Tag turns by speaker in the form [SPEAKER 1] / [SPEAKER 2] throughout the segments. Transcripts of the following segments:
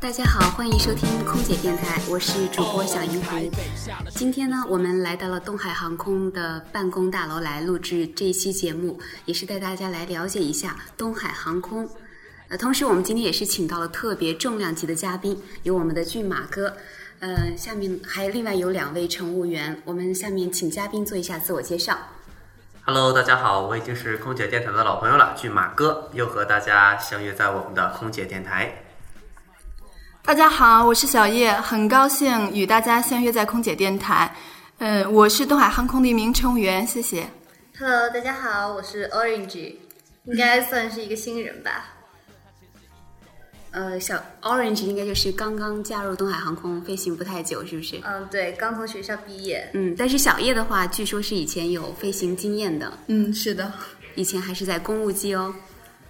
[SPEAKER 1] 大家好，欢迎收听空姐电台，我是主播小银狐。今天呢，我们来到了东海航空的办公大楼来录制这一期节目，也是带大家来了解一下东海航空。呃，同时我们今天也是请到了特别重量级的嘉宾，有我们的骏马哥，呃，下面还另外有两位乘务员。我们下面请嘉宾做一下自我介绍。
[SPEAKER 2] Hello，大家好，我已经是空姐电台的老朋友了，骏马哥，又和大家相约在我们的空姐电台。
[SPEAKER 3] 大家好，我是小叶，很高兴与大家相约在空姐电台。呃，我是东海航空的一名乘务员，谢谢。
[SPEAKER 4] Hello，大家好，我是 Orange，应该算是一个新人吧。
[SPEAKER 1] 呃，小 Orange 应该就是刚刚加入东海航空，飞行不太久，是不是？
[SPEAKER 4] 嗯，对，刚从学校毕业。
[SPEAKER 1] 嗯，但是小叶的话，据说是以前有飞行经验的，
[SPEAKER 3] 嗯，是的，
[SPEAKER 1] 以前还是在公务机哦。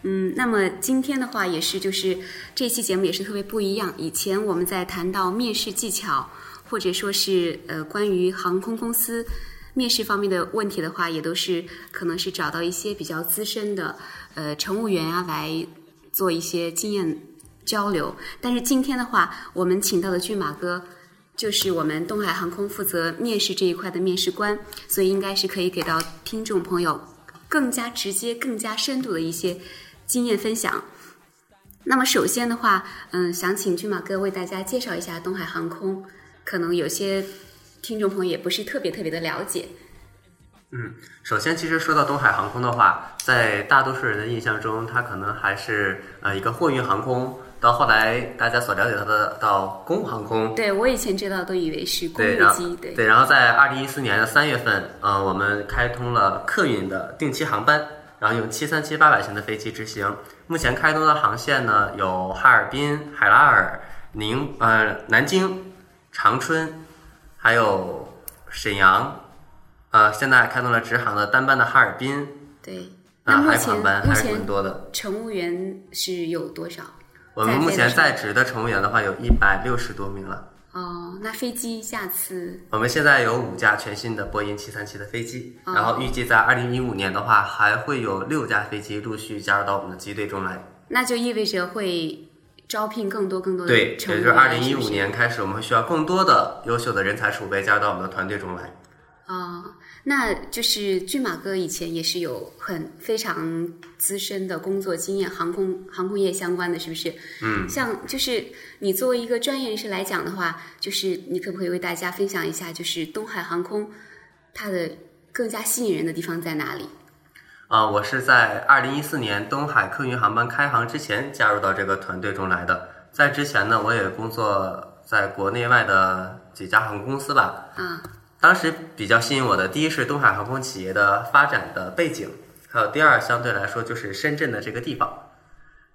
[SPEAKER 1] 嗯，那么今天的话也是，就是这期节目也是特别不一样。以前我们在谈到面试技巧，或者说是呃关于航空公司面试方面的问题的话，也都是可能是找到一些比较资深的呃乘务员啊来做一些经验交流。但是今天的话，我们请到的骏马哥就是我们东海航空负责面试这一块的面试官，所以应该是可以给到听众朋友更加直接、更加深度的一些经验分享。那么首先的话，嗯，想请骏马哥为大家介绍一下东海航空，可能有些听众朋友也不是特别特别的了解。
[SPEAKER 2] 首先，其实说到东海航空的话，在大多数人的印象中，它可能还是呃一个货运航空，到后来大家所了解到的到公务航空，
[SPEAKER 1] 对我以前知道都以为是公
[SPEAKER 2] 对，然
[SPEAKER 1] 务
[SPEAKER 2] 后
[SPEAKER 1] 机，对，
[SPEAKER 2] 对，然后在二零一四年的三月份，呃，我们开通了客运的定期航班，然后用七三七八百型的飞机执行。目前开通的航线呢，有哈尔滨、海拉尔、宁呃南京、长春，还有沈阳。呃，现在开通了直航的单班的哈尔滨，
[SPEAKER 1] 对那
[SPEAKER 2] 啊、
[SPEAKER 1] 目
[SPEAKER 2] 还有
[SPEAKER 1] 前
[SPEAKER 2] 航班
[SPEAKER 1] 目
[SPEAKER 2] 还是
[SPEAKER 1] 前
[SPEAKER 2] 挺多的。
[SPEAKER 1] 乘务员是有多少？
[SPEAKER 2] 我们
[SPEAKER 1] 在飞
[SPEAKER 2] 目
[SPEAKER 1] 的
[SPEAKER 2] 前
[SPEAKER 1] 时候
[SPEAKER 2] 在职的乘务员的话，有一百六十多名了。
[SPEAKER 1] 哦，那飞机下次
[SPEAKER 2] 我们现在有五架全新的波音七三七的飞机，
[SPEAKER 1] 哦
[SPEAKER 2] 然后预计在二零一五年的话，还会有六架飞机陆续加入到我们的机队中来。
[SPEAKER 1] 那就意味着会招聘更多更多的
[SPEAKER 2] 对，也
[SPEAKER 1] 乘
[SPEAKER 2] 就
[SPEAKER 1] 务
[SPEAKER 2] 是二零
[SPEAKER 1] 员
[SPEAKER 2] 一五
[SPEAKER 1] 不
[SPEAKER 2] 年开始，我们会需要更多的优秀的人才储备加入到我们的团队中来。
[SPEAKER 1] 啊、那就是骏马哥以前也是有很非常资深的工作经验，航空航空业相关的，是不是？嗯，像就是你作为一个专业人士来讲的话，就是你可不可以为大家分享一下，就是东海航空它的更加吸引人的地方在哪里？
[SPEAKER 2] 啊、我是在二零一四年东海客运航班开航之前加入到这个团队中来的。在之前呢，我也工作在国内外的几家航空公司吧。
[SPEAKER 1] 啊，
[SPEAKER 2] 当时比较吸引我的，第一是东海航空企业的发展的背景，还有第二相对来说就是深圳的这个地方。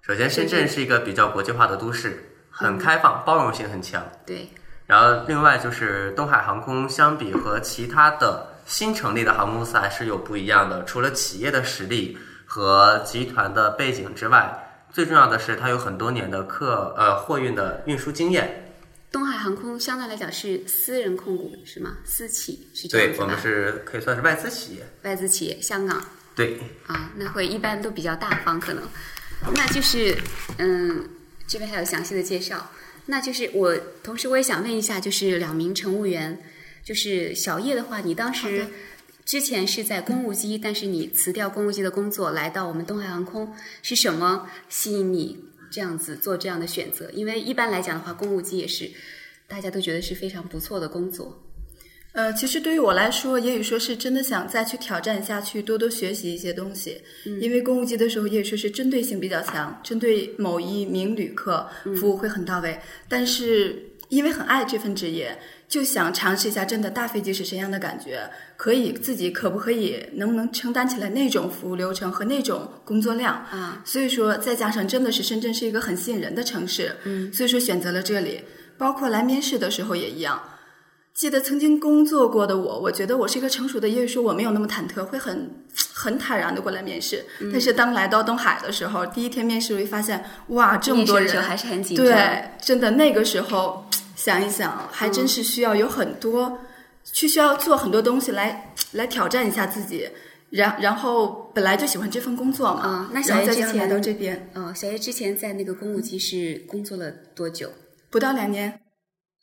[SPEAKER 2] 首先，深圳是嗯一个比较国际化的都市，很开放，包容性很强。
[SPEAKER 1] 对，
[SPEAKER 2] 然后，另外就是东海航空相比和其他的新成立的航空公司还是有不一样的。除了企业的实力和集团的背景之外，最重要的是它有很多年的客呃货运的运输经验。
[SPEAKER 1] 东海航空相对来讲是私人控股是吗？私企是这样
[SPEAKER 2] 对
[SPEAKER 1] 子，
[SPEAKER 2] 我们
[SPEAKER 1] 吧？
[SPEAKER 2] 是可以算是外资企业。
[SPEAKER 1] 外资企业，香港。
[SPEAKER 2] 对，
[SPEAKER 1] 啊，那会一般都比较大方，可能。那就是，嗯，这边还有详细的介绍。那就是我，同时我也想问一下，就是两名乘务员，就是小叶的话，你当时之前是在公务机，但是你辞掉公务机的工作，来到我们东海航空，是什么吸引你这样子做这样的选择？因为一般来讲的话，公务机也是大家都觉得是非常不错的工作。
[SPEAKER 3] 呃，其实对于我来说，也许说是真的想再去挑战一下去，多多学习一些东西。因为公务机的时候，也许说是针对性比较强，针对某一名旅客服务会很到位。但是因为很爱这份职业，就想尝试一下真的大飞机是什么样的感觉，可以自己可不可以能不能承担起来那种服务流程和那种工作量
[SPEAKER 1] 啊？
[SPEAKER 3] 所以说，再加上真的是深圳是一个很吸引人的城市，嗯，所以说选择了这里。包括来面试的时候也一样，记得曾经工作过的我，我觉得我是一个成熟的，也就是说我没有那么忐忑，会很很坦然的过来面试。
[SPEAKER 1] 嗯
[SPEAKER 3] 但是当来到东海的时候，第一天面试会发现，哇，这么多
[SPEAKER 1] 面试的
[SPEAKER 3] 人，
[SPEAKER 1] 时候还是很紧张。
[SPEAKER 3] 对，真的那个时候想一想，还真是需要有很多、去需要做很多东西来来挑战一下自己。然然后本来就喜欢这份工作嘛，
[SPEAKER 1] 啊那小
[SPEAKER 3] 然后
[SPEAKER 1] 叶
[SPEAKER 3] 再
[SPEAKER 1] 之
[SPEAKER 3] 加上来
[SPEAKER 1] 前
[SPEAKER 3] 到这边，
[SPEAKER 1] 呃，小叶之前在那个公务机是工作了多久？
[SPEAKER 3] 不到两年，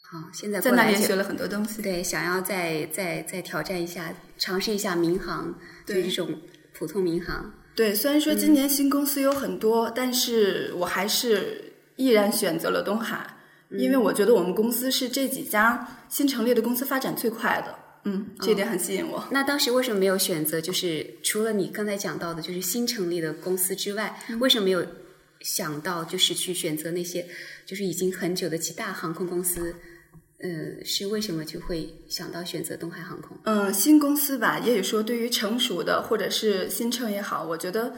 [SPEAKER 1] 好，啊现在
[SPEAKER 3] 在
[SPEAKER 1] 过
[SPEAKER 3] 那
[SPEAKER 1] 来
[SPEAKER 3] 边
[SPEAKER 1] 就
[SPEAKER 3] 学了很多东西。
[SPEAKER 1] 对，想要再再再挑战一下，尝试一下民航，就
[SPEAKER 3] 对
[SPEAKER 1] 这种普通民航。
[SPEAKER 3] 对，虽然说今年新公司有很多，但是我还是毅然选择了东海，因为我觉得我们公司是这几家新成立的公司发展最快的。嗯，这一点很吸引我。
[SPEAKER 1] 那当时为什么没有选择？就是除了你刚才讲到的，就是新成立的公司之外，
[SPEAKER 3] 嗯
[SPEAKER 1] 为什么没有想到就是去选择那些就是已经很久的几大航空公司？呃，是为什么就会想到选择东海航空？
[SPEAKER 3] 嗯，新公司吧，也许说对于成熟的或者是新创也好，我觉得，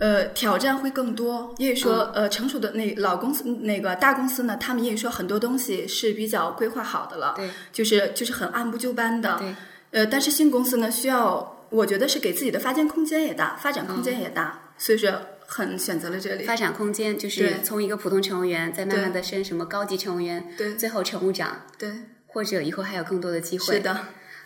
[SPEAKER 3] 呃，挑战会更多。也许说，
[SPEAKER 1] 嗯
[SPEAKER 3] 呃，成熟的那老公司那个大公司呢，他们也许说很多东西是比较规划好的了，
[SPEAKER 1] 对，
[SPEAKER 3] 就是就是很按部就班的，
[SPEAKER 1] 对。
[SPEAKER 3] 呃，但是新公司呢，需要我觉得是给自己的发展空间也大，发展空间也大，所以说很选择了这里。
[SPEAKER 1] 嗯发展空间就是
[SPEAKER 3] 对
[SPEAKER 1] 从一个普通乘务员，再慢慢
[SPEAKER 3] 对
[SPEAKER 1] 的升什么高级乘务员，
[SPEAKER 3] 对
[SPEAKER 1] 最后乘务长，
[SPEAKER 3] 对，
[SPEAKER 1] 或者以后还有更多的机会。
[SPEAKER 3] 是的。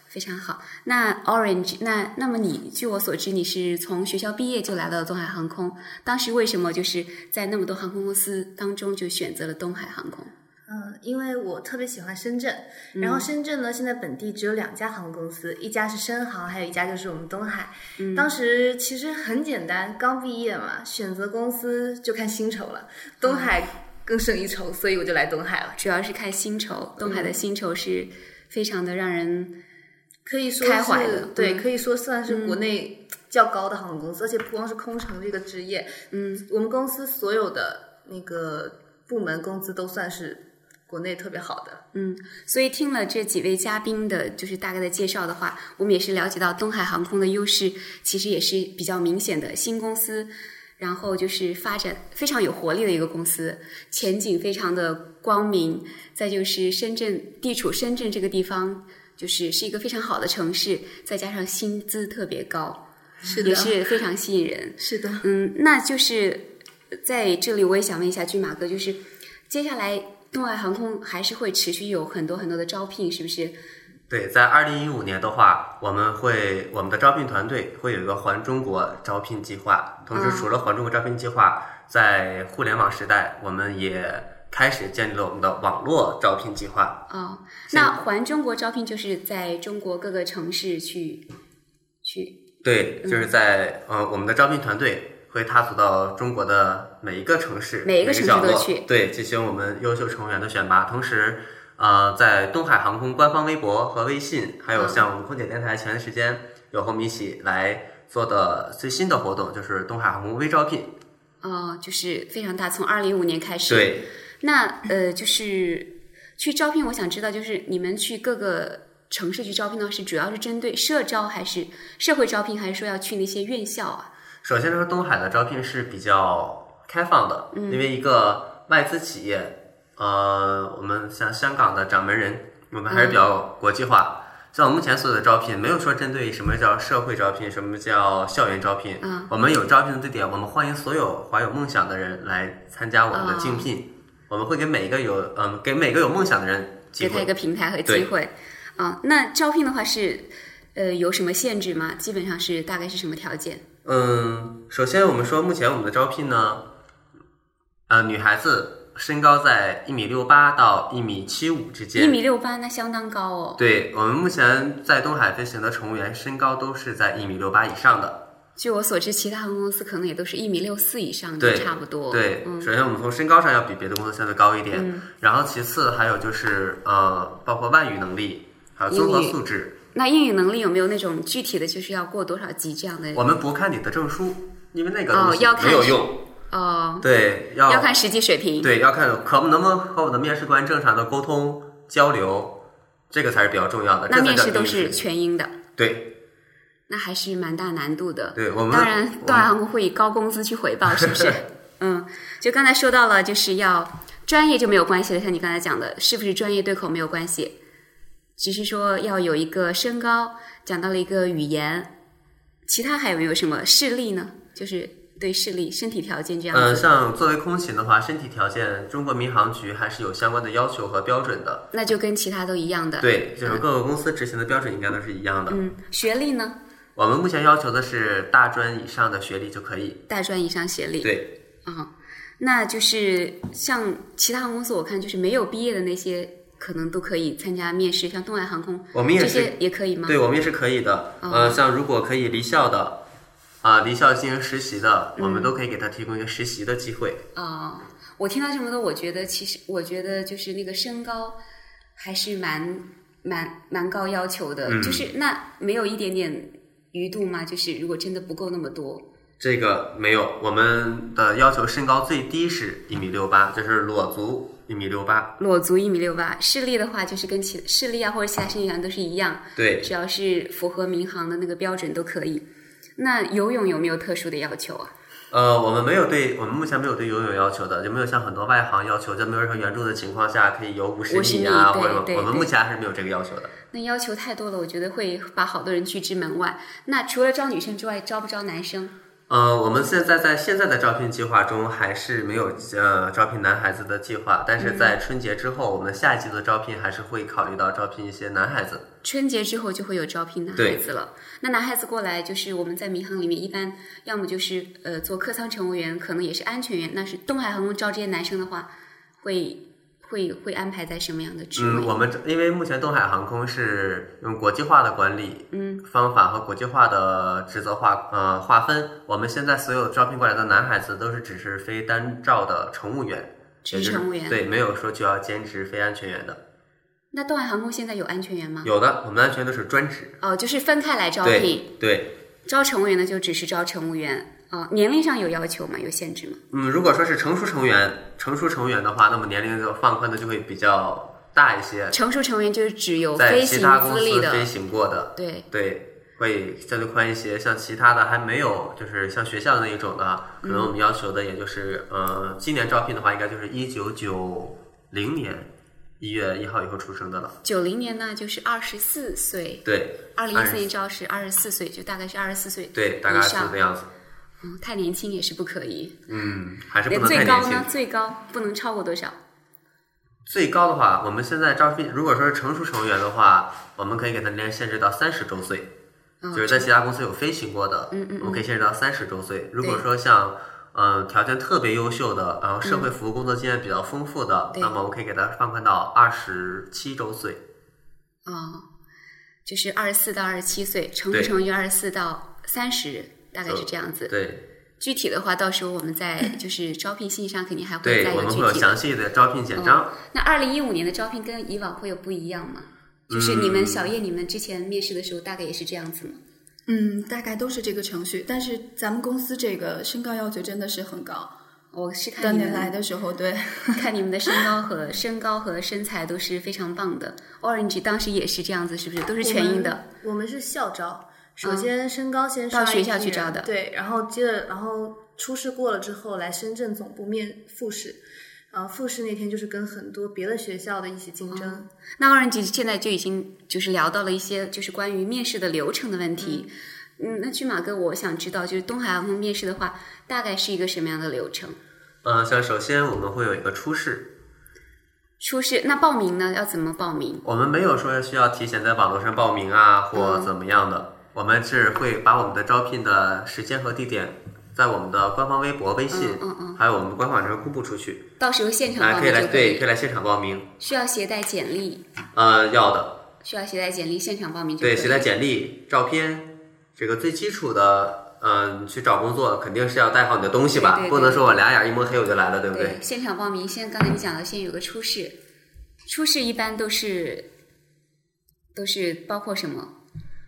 [SPEAKER 1] 非常好。那 Orange，那那么你据我所知，你是从学校毕业就来到了东海航空，当时为什么就是在那么多航空公司当中就选择了东海航空？
[SPEAKER 4] 嗯，因为我特别喜欢深圳，
[SPEAKER 1] 嗯
[SPEAKER 4] 然后深圳呢，现在本地只有两家航空公司，一家是深航，还有一家就是我们东海。当时其实很简单，刚毕业嘛，选择公司就看薪酬了，东海更胜一筹，所以我就来东海了。
[SPEAKER 1] 主要是看薪酬，东海的薪酬是非常的让人
[SPEAKER 4] 可以说
[SPEAKER 1] 开
[SPEAKER 4] 是
[SPEAKER 1] 怀的
[SPEAKER 4] 对，
[SPEAKER 1] 嗯
[SPEAKER 4] 可以说算是国内较高的航空公司，而且不光是空乘这个职业，嗯，我们公司所有的那个部门工资都算是国内特别好的。
[SPEAKER 1] 嗯，所以听了这几位嘉宾的，就是大概的介绍的话，我们也是了解到东海航空的优势其实也是比较明显的，新公司，然后就是发展非常有活力的一个公司，前景非常的光明。再就是深圳地处深圳这个地方，就是是一个非常好的城市，再加上薪资特别高，
[SPEAKER 3] 是的，
[SPEAKER 1] 也是非常吸引人。
[SPEAKER 3] 是的。
[SPEAKER 1] 嗯，那就是在这里，我也想问一下骏马哥，就是接下来东海航空还是会持续有很多很多的招聘，是不是？
[SPEAKER 2] 对，在二零一五年的话，我们会我们的招聘团队会有一个环中国招聘计划。同时，除了环中国招聘计划，在互联网时代，我们也开始建立了我们的网络招聘计划。
[SPEAKER 1] 哦，那环中国招聘就是在中国各个城市去去，
[SPEAKER 2] 对，
[SPEAKER 1] 嗯
[SPEAKER 2] 就是在呃，我们的招聘团队会踏足到中国的每一个城市，
[SPEAKER 1] 每一
[SPEAKER 2] 一
[SPEAKER 1] 个
[SPEAKER 2] 个
[SPEAKER 1] 城市
[SPEAKER 2] 角
[SPEAKER 1] 都
[SPEAKER 2] 落
[SPEAKER 1] 去
[SPEAKER 2] 对，进行我们优秀成员的选拔。同时，呃，在东海航空官方微博和微信，还有
[SPEAKER 1] 嗯
[SPEAKER 2] 像我们空姐电台前段时间有和我们一起来做的最新的活动，就是东海航空微招聘。
[SPEAKER 1] 哦，就是非常大，从二零一五年开始。。
[SPEAKER 2] 对，
[SPEAKER 1] 那呃，就是去招聘，我想知道，就是你们去各个城市去招聘的话，是主要是针对社招还是社会招聘，还是说要去那些院校啊？
[SPEAKER 2] 首先说东海的招聘是比较开放的，
[SPEAKER 1] 嗯
[SPEAKER 2] 因为一个外资企业，呃，我们像香港的掌门人，我们还是比较国际
[SPEAKER 1] 嗯
[SPEAKER 2] 化。像我目前所有的招聘，没有说针对什么叫社会招聘，什么叫校园招聘。
[SPEAKER 1] 嗯
[SPEAKER 2] 我们有招聘的地点，我们欢迎所有怀有梦想的人来参加我们
[SPEAKER 1] 啊
[SPEAKER 2] 的竞聘。我们会给每一个有嗯，给每个有梦想的人机
[SPEAKER 1] 给他一
[SPEAKER 2] 会。
[SPEAKER 1] 个平台和机
[SPEAKER 2] 对
[SPEAKER 1] 会。啊，那招聘的话是，呃，有什么限制吗？基本上是大概是什么条件？
[SPEAKER 2] 嗯，首先我们说，目前我们的招聘呢，呃，女孩子身高在一米六八到一米七五之
[SPEAKER 1] 一
[SPEAKER 2] 间。
[SPEAKER 1] 米六八，那相当高哦。
[SPEAKER 2] 对我们目前在东海飞行的乘务员，身高都是在一米六八以上的。
[SPEAKER 1] 据我所知，其他航空公司可能也都是一米六四以上就
[SPEAKER 2] 对，
[SPEAKER 1] 嗯差不多。
[SPEAKER 2] 对，
[SPEAKER 1] 嗯
[SPEAKER 2] 首先我们从身高上要比别的公司相对高一点，然后其次还有就是呃，包括外语能力，还有综合
[SPEAKER 1] 英语
[SPEAKER 2] 素质。
[SPEAKER 1] 那英语能力有没有那种具体的，就是要过多少级这样的？
[SPEAKER 2] 我们不看你的证书，因为那个
[SPEAKER 1] 哦
[SPEAKER 2] 东西
[SPEAKER 1] 要看
[SPEAKER 2] 没有
[SPEAKER 1] 是
[SPEAKER 2] 用。
[SPEAKER 1] 哦，
[SPEAKER 2] 对，
[SPEAKER 1] 要看实际水平。
[SPEAKER 2] 对，要看可不能不能和我的面试官正常的沟通交流，这个才是比较重要的。
[SPEAKER 1] 那
[SPEAKER 2] 这才
[SPEAKER 1] 面
[SPEAKER 2] 叫
[SPEAKER 1] 试都
[SPEAKER 2] 英语
[SPEAKER 1] 是全英的，
[SPEAKER 2] 对
[SPEAKER 1] 那还是蛮大难度的。
[SPEAKER 2] 对，我们
[SPEAKER 1] 当然，
[SPEAKER 2] 我
[SPEAKER 1] 东海
[SPEAKER 2] 们
[SPEAKER 1] 航空会以高工资去回报，是不 是？嗯，就刚才说到了，就是要专业就没有关系了，像你刚才讲的，是不是专业对口没有关系，只是说要有一个身高，讲到了一个语言，其他还有没有什么视力呢？就是对视力、身体条件这样
[SPEAKER 2] 嗯、
[SPEAKER 1] 子，
[SPEAKER 2] 像作为空勤的话，身体条件中国民航局还是有相关的要求和标准的。
[SPEAKER 1] 那就跟其他都一样的。，
[SPEAKER 2] 对，就是各个公司执行的标准应该都是一样的。
[SPEAKER 1] 嗯，学历呢，
[SPEAKER 2] 我们目前要求的是大专以上的学历就可以。
[SPEAKER 1] 大专以上学历。
[SPEAKER 2] 对，
[SPEAKER 1] 啊、那就是像其他航空公司，我看就是没有毕业的那些，可能都可以参加面试，像东海航空，
[SPEAKER 2] 我们也
[SPEAKER 1] 这
[SPEAKER 2] 是
[SPEAKER 1] 些也可以吗？
[SPEAKER 2] 对，我们也是可以的。
[SPEAKER 1] 哦
[SPEAKER 2] 呃，像如果可以离校的，啊、离校进行实习的，
[SPEAKER 1] 嗯
[SPEAKER 2] 我们都可以给他提供一个实习的机会。
[SPEAKER 1] 啊、我听到这么多，我觉得其实我觉得就是那个身高还是蛮蛮蛮高要求的，
[SPEAKER 2] 嗯
[SPEAKER 1] 就是那没有一点点余度吗？就是如果真的不够那么多，
[SPEAKER 2] 这个没有，我们的要求身高最低是一米六八，就是裸足一米六八。
[SPEAKER 1] 裸足一米六八，视力的话就是跟其视力啊或者其他身体上都是一样，
[SPEAKER 2] 对，
[SPEAKER 1] 只要是符合民航的那个标准都可以。那游泳有没有特殊的要求啊？
[SPEAKER 2] 呃，我们没有对我们目前没有对游泳要求的，就没有像很多外行要求，在没有任何援助的情况下可以游五十
[SPEAKER 1] 50
[SPEAKER 2] 米啊，
[SPEAKER 1] 米对
[SPEAKER 2] 或者
[SPEAKER 1] 对
[SPEAKER 2] 我们
[SPEAKER 1] 对
[SPEAKER 2] 目前还是没有这个要求的。
[SPEAKER 1] 那要求太多了，我觉得会把好多人拒之门外。那除了招女生之外，招不招男生？
[SPEAKER 2] 呃，我们现在在现在的招聘计划中还是没有呃招聘男孩子的计划，但是
[SPEAKER 1] 嗯
[SPEAKER 2] 在春节之后，我们下一季度的招聘还是会考虑到招聘一些男孩子。
[SPEAKER 1] 春节之后就会有招聘男孩子了。那男孩子过来，就是我们在民航里面一般要么就是呃做客舱乘务员，可能也是安全员。那是东海航空招这些男生的话，会会会安排在什么样的职
[SPEAKER 2] 嗯，
[SPEAKER 1] 位？
[SPEAKER 2] 我们这因为目前东海航空是用国际化的管理
[SPEAKER 1] 嗯
[SPEAKER 2] 方法和国际化的职责划呃划分，我们现在所有招聘过来的男孩子都是只是非单照的乘务员，
[SPEAKER 1] 只
[SPEAKER 2] 也
[SPEAKER 1] 是
[SPEAKER 2] 就
[SPEAKER 1] 乘务员嗯
[SPEAKER 2] 对，没有说就要兼职非安全员的。
[SPEAKER 1] 那东海航空现在有安全员吗？
[SPEAKER 2] 有的，我们安全都是专职。
[SPEAKER 1] 哦，就是分开来招聘，
[SPEAKER 2] 对对，
[SPEAKER 1] 招乘务员的就只是招乘务员。哦，年龄上有要求吗？有限制吗？
[SPEAKER 2] 嗯，如果说是成熟成员，成熟成员的话，那么年龄就放宽的就会比较大一些，
[SPEAKER 1] 成熟乘务员就是只有
[SPEAKER 2] 在
[SPEAKER 1] 飞
[SPEAKER 2] 其
[SPEAKER 1] 行
[SPEAKER 2] 他公
[SPEAKER 1] 资
[SPEAKER 2] 司
[SPEAKER 1] 历
[SPEAKER 2] 飞
[SPEAKER 1] 的，
[SPEAKER 2] 行过的，
[SPEAKER 1] 对，
[SPEAKER 2] 对，会相对宽一些。像其他的还没有，就是像学校那一种的，可能我
[SPEAKER 1] 嗯
[SPEAKER 2] 们要求的也就是，呃，今年招聘的话，应该就是一九九零年一月一号以后出生的了。
[SPEAKER 1] 九零年呢就是二十四岁，
[SPEAKER 2] 对，
[SPEAKER 1] 二零一四
[SPEAKER 2] 20
[SPEAKER 1] 年招是二十四岁，就大概是二十四岁
[SPEAKER 2] 对，大概
[SPEAKER 1] 以
[SPEAKER 2] 是
[SPEAKER 1] 上
[SPEAKER 2] 这样子。
[SPEAKER 1] 嗯，太年轻也是不可以。
[SPEAKER 2] 嗯，还是不
[SPEAKER 1] 连
[SPEAKER 2] 能太
[SPEAKER 1] 最
[SPEAKER 2] 年
[SPEAKER 1] 高
[SPEAKER 2] 轻
[SPEAKER 1] 呢？。最高不能超过多少？
[SPEAKER 2] 最高的话，我们现在招聘，如果说是成熟成员的话，我们可以给他年龄限制到三十周岁。
[SPEAKER 1] 嗯
[SPEAKER 2] 就是在其他公司有飞行过的，
[SPEAKER 1] 嗯嗯
[SPEAKER 2] 我们可以限制到三十周岁。如果说像嗯、呃条件特别优秀的，然后社会服务工作经验比较丰富
[SPEAKER 1] 嗯
[SPEAKER 2] 的，
[SPEAKER 1] 对
[SPEAKER 2] 那么我们可以给他放宽到二十七周岁。
[SPEAKER 1] 哦，就是二十四到二十七岁，乘不
[SPEAKER 2] 对
[SPEAKER 1] 乘以二十四到三十，大概是这样子。
[SPEAKER 2] 对
[SPEAKER 1] 具体的话，到时候我们在就是招聘信上肯定还会
[SPEAKER 2] 对
[SPEAKER 1] 再，
[SPEAKER 2] 我
[SPEAKER 1] 有
[SPEAKER 2] 们
[SPEAKER 1] 具
[SPEAKER 2] 会有
[SPEAKER 1] 体的。
[SPEAKER 2] 详细的招聘简章。
[SPEAKER 1] 那二零一五年的招聘跟以往会有不一样吗？就是你
[SPEAKER 2] 嗯
[SPEAKER 1] 们小叶，你们之前面试的时候大概也是这样子吗？
[SPEAKER 3] 嗯，大概都是这个程序，但是咱们公司这个身高要求真的是很高。
[SPEAKER 1] 我是看
[SPEAKER 3] 当
[SPEAKER 1] 你
[SPEAKER 3] 年
[SPEAKER 1] 们
[SPEAKER 3] 来的时候，对，
[SPEAKER 1] 看你们的身高和身高和身材都是非常棒的。Orange 当时也是这样子，是不是都是全英的？嗯
[SPEAKER 4] 我们是校招，首先身高先
[SPEAKER 1] 到
[SPEAKER 4] 刷
[SPEAKER 1] 学
[SPEAKER 4] 一
[SPEAKER 1] 校
[SPEAKER 4] 批
[SPEAKER 1] 去
[SPEAKER 4] 人
[SPEAKER 1] 招的
[SPEAKER 4] 对，然后接着然后初试过了之后来深圳总部面复试，呃，复试那天就是跟很多别的学校的一起竞争，
[SPEAKER 1] 那 Orange 现在就已经就是聊到了一些就是关于面试的流程的问题。嗯，那骏马哥，我想知道就是东海航空面试的话，大概是一个什么样的流程？
[SPEAKER 2] 嗯、像首先我们会有一个初试，
[SPEAKER 1] 初试那报名呢要怎么报名？
[SPEAKER 2] 我们没有说需要提前在网络上报名啊
[SPEAKER 1] 嗯
[SPEAKER 2] 或怎么样的，我们是会把我们的招聘的时间和地点。在我们的官方微博、微信，
[SPEAKER 1] 嗯嗯嗯
[SPEAKER 2] 还有我们的官网上公布出去，
[SPEAKER 1] 到时候现场
[SPEAKER 2] 大
[SPEAKER 1] 报
[SPEAKER 2] 啊家可以
[SPEAKER 1] 名
[SPEAKER 2] 来
[SPEAKER 1] 就可
[SPEAKER 2] 对，
[SPEAKER 1] 以
[SPEAKER 2] 可。以来现场报名。
[SPEAKER 1] 需要携带简历，
[SPEAKER 2] 呃，要的，
[SPEAKER 1] 需要携带简历，现场报名就可以。
[SPEAKER 2] 对，携带简历、照片，这个最基础的，嗯、你去找工作肯定是要带好你的东西吧，
[SPEAKER 1] 对对对
[SPEAKER 2] 不能说我俩眼儿一摸黑我就来了，对不
[SPEAKER 1] 对，现场报名，先刚才你讲的，先有个初试，初试一般都是都是包括什么？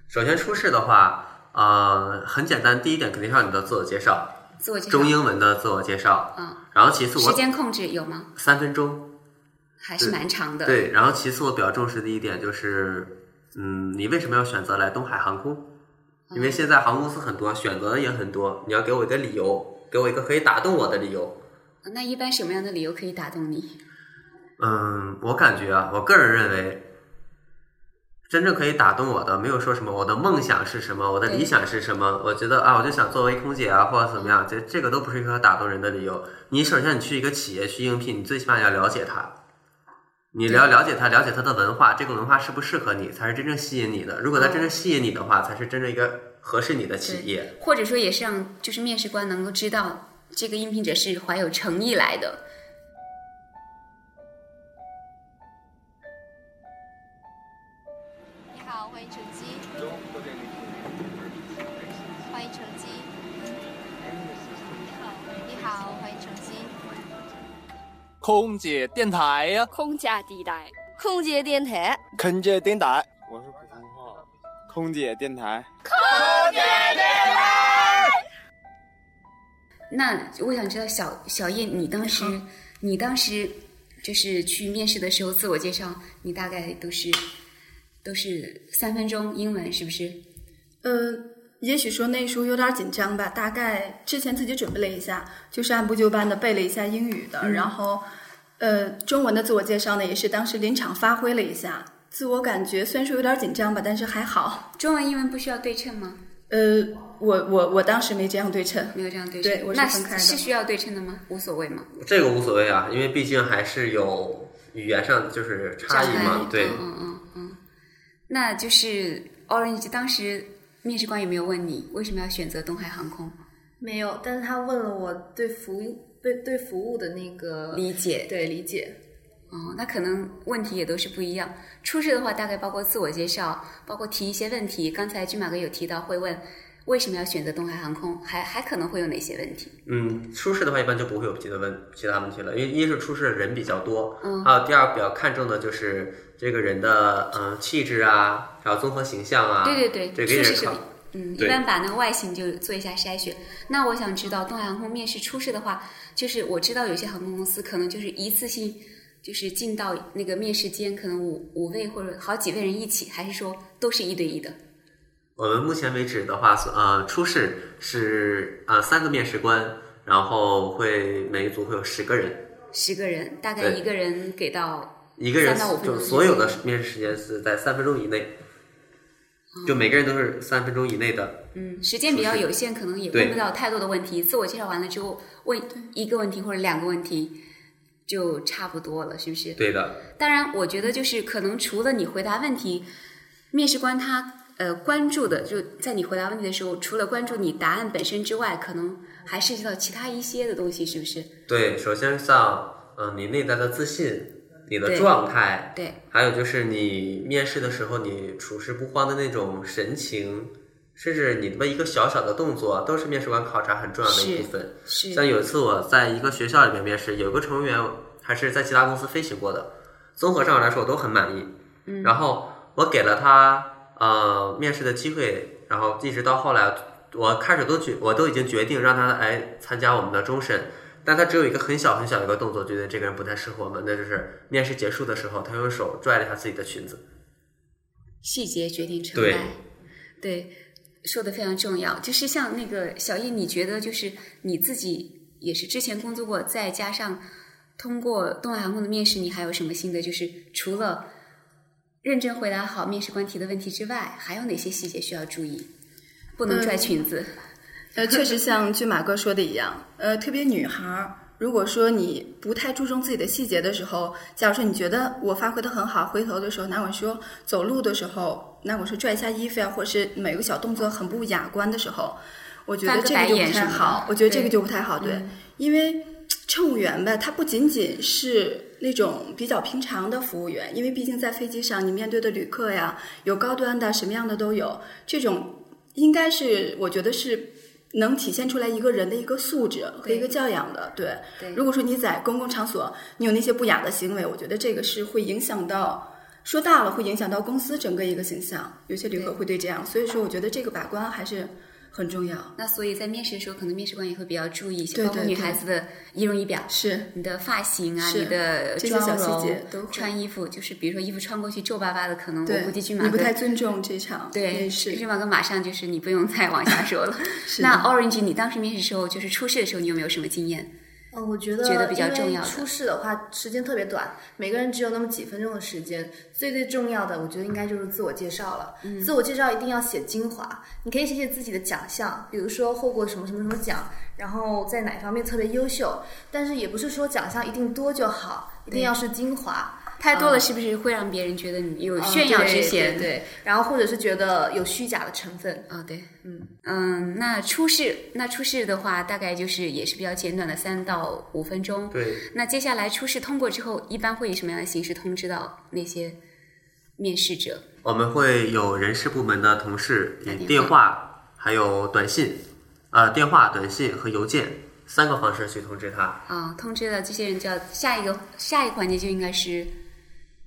[SPEAKER 2] 首先初试的话，呃，很简单，第一点肯定是要你的自我介绍，
[SPEAKER 1] 自我介绍，
[SPEAKER 2] 中英文的自我介绍，
[SPEAKER 1] 嗯，
[SPEAKER 2] 然后其次
[SPEAKER 1] 时
[SPEAKER 2] 我
[SPEAKER 1] 间控制有吗？
[SPEAKER 2] 三分钟，
[SPEAKER 1] 还是蛮长的。，
[SPEAKER 2] 对，然后其次我比较重视的一点就是，嗯，你为什么要选择来东海航空？因为现在航空公司很多，选择也很多，你要给我一个理由，给我一个可以打动我的理由。
[SPEAKER 1] 那一般什么样的理由可以打动你？
[SPEAKER 2] 嗯，我感觉啊，我个人认为，真正可以打动我的，没有说什么我的梦想是什么，我的理想是什么。我觉得啊，我就想作为空姐啊，或者怎么样，这这个都不是一个打动人的理由。你首先你去一个企业去应聘，你最起码要了解它，你了了解它，了解它的文化，这个文化适不适合你，才是真正吸引你的。如果它真正吸引你的话，才是真正一个合适你的企业。
[SPEAKER 1] 或者说也是让就是面试官能够知道这个应聘者是怀有诚意来的。
[SPEAKER 5] 你好，欢迎乘机。欢迎乘机。你好，你好，欢迎乘机。
[SPEAKER 6] 空姐电台啊呀、
[SPEAKER 7] 空姐地带，空姐电台，
[SPEAKER 8] 空姐电台，我是普通话，空姐电台，
[SPEAKER 1] 那我想知道小小叶，你当时
[SPEAKER 5] 嗯
[SPEAKER 1] 你当时就是去面试的时候，自我介绍你大概都是都是三分钟英文是不是？
[SPEAKER 3] 呃，也许说那时候有点紧张吧，大概之前自己准备了一下，就是按部就班的背了一下英语的，然后呃，中文的自我介绍呢，也是当时临场发挥了一下，自我感觉虽然说有点紧张吧，但是还好。
[SPEAKER 1] 中文英文不需要对称吗？
[SPEAKER 3] 呃，我我我当时没这样对称，
[SPEAKER 1] 没有这样对称，
[SPEAKER 3] 对我是
[SPEAKER 1] 那
[SPEAKER 3] 分开的
[SPEAKER 1] 是需要对称的吗？无所谓吗？
[SPEAKER 2] 这个无所谓啊，因为毕竟还是有语言上就是差异嘛
[SPEAKER 1] 嗯，
[SPEAKER 2] 对，
[SPEAKER 1] 嗯嗯嗯嗯。那就是 Orange 当时面试官有没有问你为什么要选择东海航空？
[SPEAKER 4] 没有，但是他问了我对服务对对服务的那个
[SPEAKER 1] 理解
[SPEAKER 4] 对理解，
[SPEAKER 1] 哦，那可能问题也都是不一样。初试的话，大概包括自我介绍，包括提一些问题。刚才骏马哥有提到会问为什么要选择东海航空，还还可能会有哪些问题？
[SPEAKER 2] 嗯，初试的话一般就不会有别的问其他问题了，因为一是初试人比较多，
[SPEAKER 1] 嗯
[SPEAKER 2] 还有第二比较看重的就是这个人的嗯、呃气质啊，然后综合形象啊，
[SPEAKER 1] 对对
[SPEAKER 2] 这
[SPEAKER 1] 对，
[SPEAKER 2] 个
[SPEAKER 1] 确
[SPEAKER 2] 也
[SPEAKER 1] 实
[SPEAKER 2] 是
[SPEAKER 1] 是
[SPEAKER 2] 考
[SPEAKER 1] 比，嗯，一
[SPEAKER 2] 对
[SPEAKER 1] 般把那个外形就做一下筛选。那我想知道，东海航空面试初试的话，就是我知道有些航空公司可能就是一次性，就是进到那个面试间，可能五五位或者好几位人一起，还是说都是一对一的？
[SPEAKER 2] 我们目前为止的话，所呃，初试是呃三个面试官，然后会每一组会有十个人，
[SPEAKER 1] 十个人，大概
[SPEAKER 2] 对
[SPEAKER 1] 一个人给到
[SPEAKER 2] 一个人
[SPEAKER 1] 三到五分钟
[SPEAKER 2] 就
[SPEAKER 1] 之间
[SPEAKER 2] 所有的面试时间是在三分钟以内，
[SPEAKER 1] 哦
[SPEAKER 2] 就每个人都是三分钟以内的。
[SPEAKER 1] 嗯，时间比较有限，可能也
[SPEAKER 2] 对
[SPEAKER 1] 问不到太多的问题。自我介绍完了之后，问一个问题或者两个问题就差不多了，是不是？
[SPEAKER 2] 对的，
[SPEAKER 1] 当然，我觉得就是可能除了你回答问题，面试官他呃关注的就在你回答问题的时候，除了关注你答案本身之外，可能还涉及到其他一些的东西，是不是？
[SPEAKER 2] 对，首先像嗯、呃你内在的自信，你的
[SPEAKER 1] 对
[SPEAKER 2] 状态，
[SPEAKER 1] 对，
[SPEAKER 2] 还有就是你面试的时候你处事不慌的那种神情，甚至你的一个小小的动作，都是面试官考察很重要的一
[SPEAKER 1] 是
[SPEAKER 2] 部分。
[SPEAKER 1] 是
[SPEAKER 2] 像有一次我在一个学校里面面试，有个乘务员还是在其他公司飞行过的，综合上来说我都很满意。嗯，然后我给了他呃面试的机会，然后一直到后来，我开始都决我都已经决定让他来参加我们的终审，但他只有一个很小很小的一个动作，觉得这个人不太适合我们，那就是面试结束的时候，他用手拽了一下自己的裙子。
[SPEAKER 1] 细节决定成
[SPEAKER 2] 对
[SPEAKER 1] 败。对，说的非常重要。就是像那个小叶，你觉得就是你自己也是之前工作过，再加上通过东海航空的面试，你还有什么心得？就是除了认真回答好面试官提的问题之外，还有哪些细节需要注意？不
[SPEAKER 3] 嗯
[SPEAKER 1] 能拽裙子，
[SPEAKER 3] 呃，确实像骏马哥说的一样，呃，特别女孩儿，如果说你不太注重自己的细节的时候，假如说你觉得我发挥的很好，回头的时候，那我说走路的时候，那我说拽一下衣服呀、或者是每个小动作很不雅观的时候，我觉
[SPEAKER 1] 翻
[SPEAKER 3] 得
[SPEAKER 1] 个
[SPEAKER 3] 这
[SPEAKER 1] 白
[SPEAKER 3] 个就
[SPEAKER 1] 眼
[SPEAKER 3] 不
[SPEAKER 1] 什
[SPEAKER 3] 太
[SPEAKER 1] 么的
[SPEAKER 3] 好。我觉得这个
[SPEAKER 1] 对嗯
[SPEAKER 3] 就不太好，对，因为乘务员吧，他不仅仅是那种比较平常的服务员，因为毕竟在飞机上，你面对的旅客呀，有高端的，什么样的都有。这种应该是，我觉得是能体现出来一个人的一个素质和
[SPEAKER 1] 对
[SPEAKER 3] 一个教养的。对，
[SPEAKER 1] 对
[SPEAKER 3] 如果说你在公共场所，你有那些不雅的行为，我觉得这个是会影响到。说大了会影响到公司整个一个形象，有些旅客
[SPEAKER 1] 对
[SPEAKER 3] 会对这样，所以说我觉得这个把关还是很重要。
[SPEAKER 1] 那所以在面试的时候，可能面试官也会比较注意一些，
[SPEAKER 3] 对
[SPEAKER 1] 包括
[SPEAKER 3] 对
[SPEAKER 1] 女
[SPEAKER 3] 对
[SPEAKER 1] 孩子的仪容仪表。
[SPEAKER 3] 是，
[SPEAKER 1] 你的发型啊，
[SPEAKER 3] 是
[SPEAKER 1] 你的
[SPEAKER 3] 这些
[SPEAKER 1] 妆
[SPEAKER 3] 小细
[SPEAKER 1] 容
[SPEAKER 3] 节都会
[SPEAKER 1] 穿衣服，就是比如说衣服穿过去皱巴巴的，可能我
[SPEAKER 3] 对，
[SPEAKER 1] 估计骏马
[SPEAKER 3] 你不
[SPEAKER 1] 哥
[SPEAKER 3] 太尊重这场
[SPEAKER 1] 对，
[SPEAKER 3] 面试
[SPEAKER 1] 骏马哥马上就是你不用再往下说了。
[SPEAKER 3] 是的
[SPEAKER 1] 那 Orange，你当时面试时候，就是初试的时候，你有没有什么经验？
[SPEAKER 4] 嗯，我觉得
[SPEAKER 1] 觉得比较重
[SPEAKER 4] 因
[SPEAKER 1] 要
[SPEAKER 4] 为
[SPEAKER 1] 的
[SPEAKER 4] 初试的话，时间特别短，每个人只有那么几分钟的时间。最最重要的，我觉得应该就是自我介绍了。
[SPEAKER 1] 嗯
[SPEAKER 4] 自我介绍一定要写精华，你可以写写自己的奖项，比如说获过什么什么什么奖，然后在哪方面特别优秀。但是也不是说奖项一定多就好，一定要是精华。
[SPEAKER 3] 呃
[SPEAKER 1] 太多了是不是会让别人觉得你有
[SPEAKER 3] 哦
[SPEAKER 4] 嗯
[SPEAKER 1] 炫耀之嫌？
[SPEAKER 4] 对对对，然后或者是觉得有虚假的成分，
[SPEAKER 1] 哦，对，嗯嗯，那初试，那初试的话，大概就是也是比较简短的三到五分钟。
[SPEAKER 2] 对，
[SPEAKER 1] 那接下来初试通过之后，一般会以什么样的形式通知到那些面试者？
[SPEAKER 2] 我们会有人事部门的同事
[SPEAKER 1] 打
[SPEAKER 2] 以
[SPEAKER 1] 电
[SPEAKER 2] 电话、还有短信，呃，电话、短信和邮件三个方式去通知他。
[SPEAKER 1] 啊、通知了这些人，就要下一个下一个环节就应该是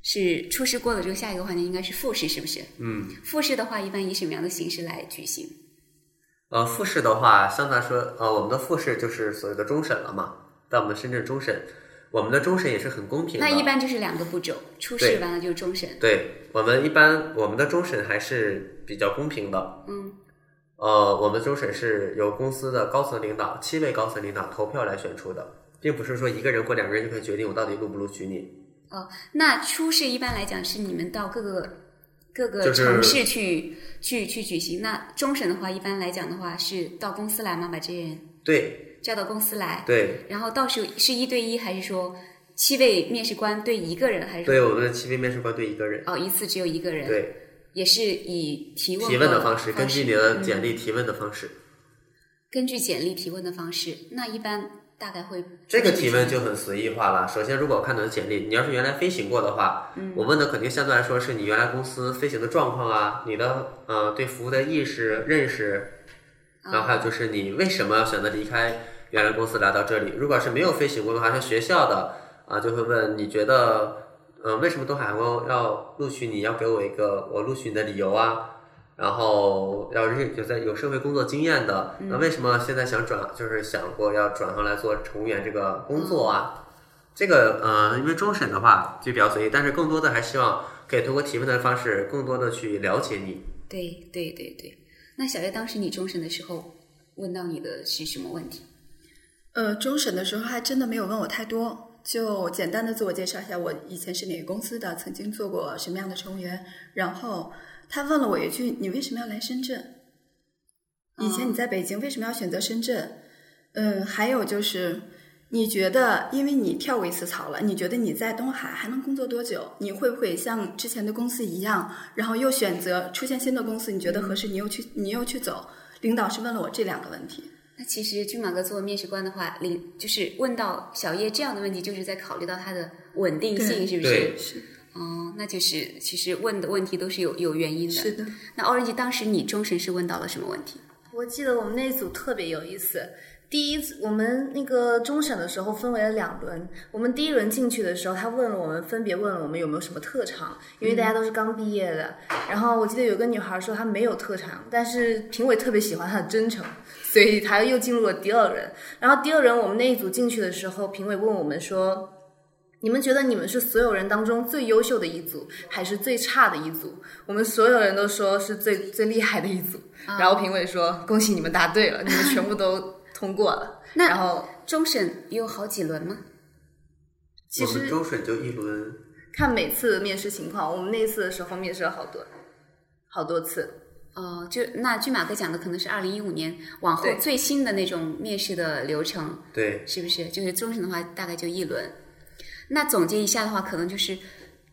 [SPEAKER 1] 是初试过了之后，下一个环节应该是复试，是不是？
[SPEAKER 2] 嗯，
[SPEAKER 1] 复试的话，一般以什么样的形式来举行？
[SPEAKER 2] 呃，复试的话，相对来说，呃，我们的复试就是所谓的终审了嘛，在我们深圳终审，我们的终审也是很公平的。
[SPEAKER 1] 那一般就是两个步骤，初试
[SPEAKER 2] 对
[SPEAKER 1] 完了就是终审。
[SPEAKER 2] 对我们一般我们的终审还是比较公平的。
[SPEAKER 1] 嗯，
[SPEAKER 2] 呃，我们终审是由公司的高层领导七位高层领导投票来选出的，并不是说一个人或两个人就可以决定我到底录不录取你。
[SPEAKER 1] 哦，那初试一般来讲是你们到各个各个
[SPEAKER 2] 就是
[SPEAKER 1] 城市去、去去举行。那终审的话，一般来讲的话是到公司来吗？把这些人
[SPEAKER 2] 对
[SPEAKER 1] 叫到公司来，
[SPEAKER 2] 对
[SPEAKER 1] 然后到时候是一对一还是说七位面试官对一个人，还是
[SPEAKER 2] 对，
[SPEAKER 1] 说
[SPEAKER 2] 我们的七位面试官对一个人，
[SPEAKER 1] 哦一次只有一个人？，
[SPEAKER 2] 对
[SPEAKER 1] 也是以提问
[SPEAKER 2] 提问的
[SPEAKER 1] 和嗯
[SPEAKER 2] 方式，嗯根据你的简历提问的方式，
[SPEAKER 1] 根据简历提问的方式。那一般大概会
[SPEAKER 2] 这个提问就很随意化了。首先，如果我看到你的简历，你要是原来飞行过的话，我问的肯定相对来说是你原来公司飞行的状况啊，你的呃对服务的意识认识，然后还有就是你为什么选择离开原来公司来到这里？如果是没有飞行过的话，像学校的啊、就会问你觉得，嗯、为什么东海航空要录取你？要给我一个我录取你的理由啊。然后要认有在有社会工作经验的，那
[SPEAKER 4] 嗯
[SPEAKER 2] 为什么现在想转，就是想过要转行来做乘务员这个工作啊？
[SPEAKER 4] 嗯
[SPEAKER 2] 这个呃，因为终审的话就比较随意，但是更多的还希望可以通过提问的方式，更多的去了解你。
[SPEAKER 1] 对对对对。那小月当时你终审的时候问到你的是什么问题？
[SPEAKER 3] 呃，终审的时候还真的没有问我太多，就简单的自我介绍一下，我以前是哪个公司的，曾经做过什么样的乘务员。然后他问了我一句：“你为什么要来深圳？以前你在北京，为什么要选择深圳？”嗯，还有就是，你觉得因为你跳过一次槽了，你觉得你在东海还能工作多久？你会不会像之前的公司一样，然后又选择出现新的公司，你觉得合适，你又去你又去走？领导是问了我这两个问题。
[SPEAKER 1] 那其实骏马哥作为面试官的话，领就是问到小叶这样的问题，就是在考虑到他的稳定性，
[SPEAKER 3] 对
[SPEAKER 1] 是不
[SPEAKER 2] 对
[SPEAKER 1] 是？哦，那就是其实问的问题都是有有原因的。
[SPEAKER 3] 是的。
[SPEAKER 1] 那 Orange 当时你终审是问到了什么问题？
[SPEAKER 4] 我记得我们那一组特别有意思。第一，我们那个终审的时候分为了两轮。我们第一轮进去的时候，他问了我们，分别问了我们有没有什么特长，因为大家都是刚毕业的。然后我记得有个女孩说她没有特长，但是评委特别喜欢她的真诚，所以她又进入了第二轮。然后第二轮我们那一组进去的时候，评委问我们说：“你们觉得你们是所有人当中最优秀的一组，还是最差的一组？”我们所有人都说是最最厉害的一组。然后评委说：“恭喜你们答对了，你们全部都通过了。”
[SPEAKER 1] 那
[SPEAKER 4] 然后
[SPEAKER 1] 终审有好几轮吗？
[SPEAKER 4] 其
[SPEAKER 2] 我们
[SPEAKER 4] 实
[SPEAKER 2] 终审就一轮，
[SPEAKER 4] 看每次面试情况，我们那次的时候面试了好多好多次。
[SPEAKER 1] 哦、就那骏马哥讲的可能是二零一五年往后
[SPEAKER 4] 对
[SPEAKER 1] 最新的那种面试的流程，
[SPEAKER 2] 对
[SPEAKER 1] 是不是？就是终审的话，大概就一轮。那总结一下的话，可能就是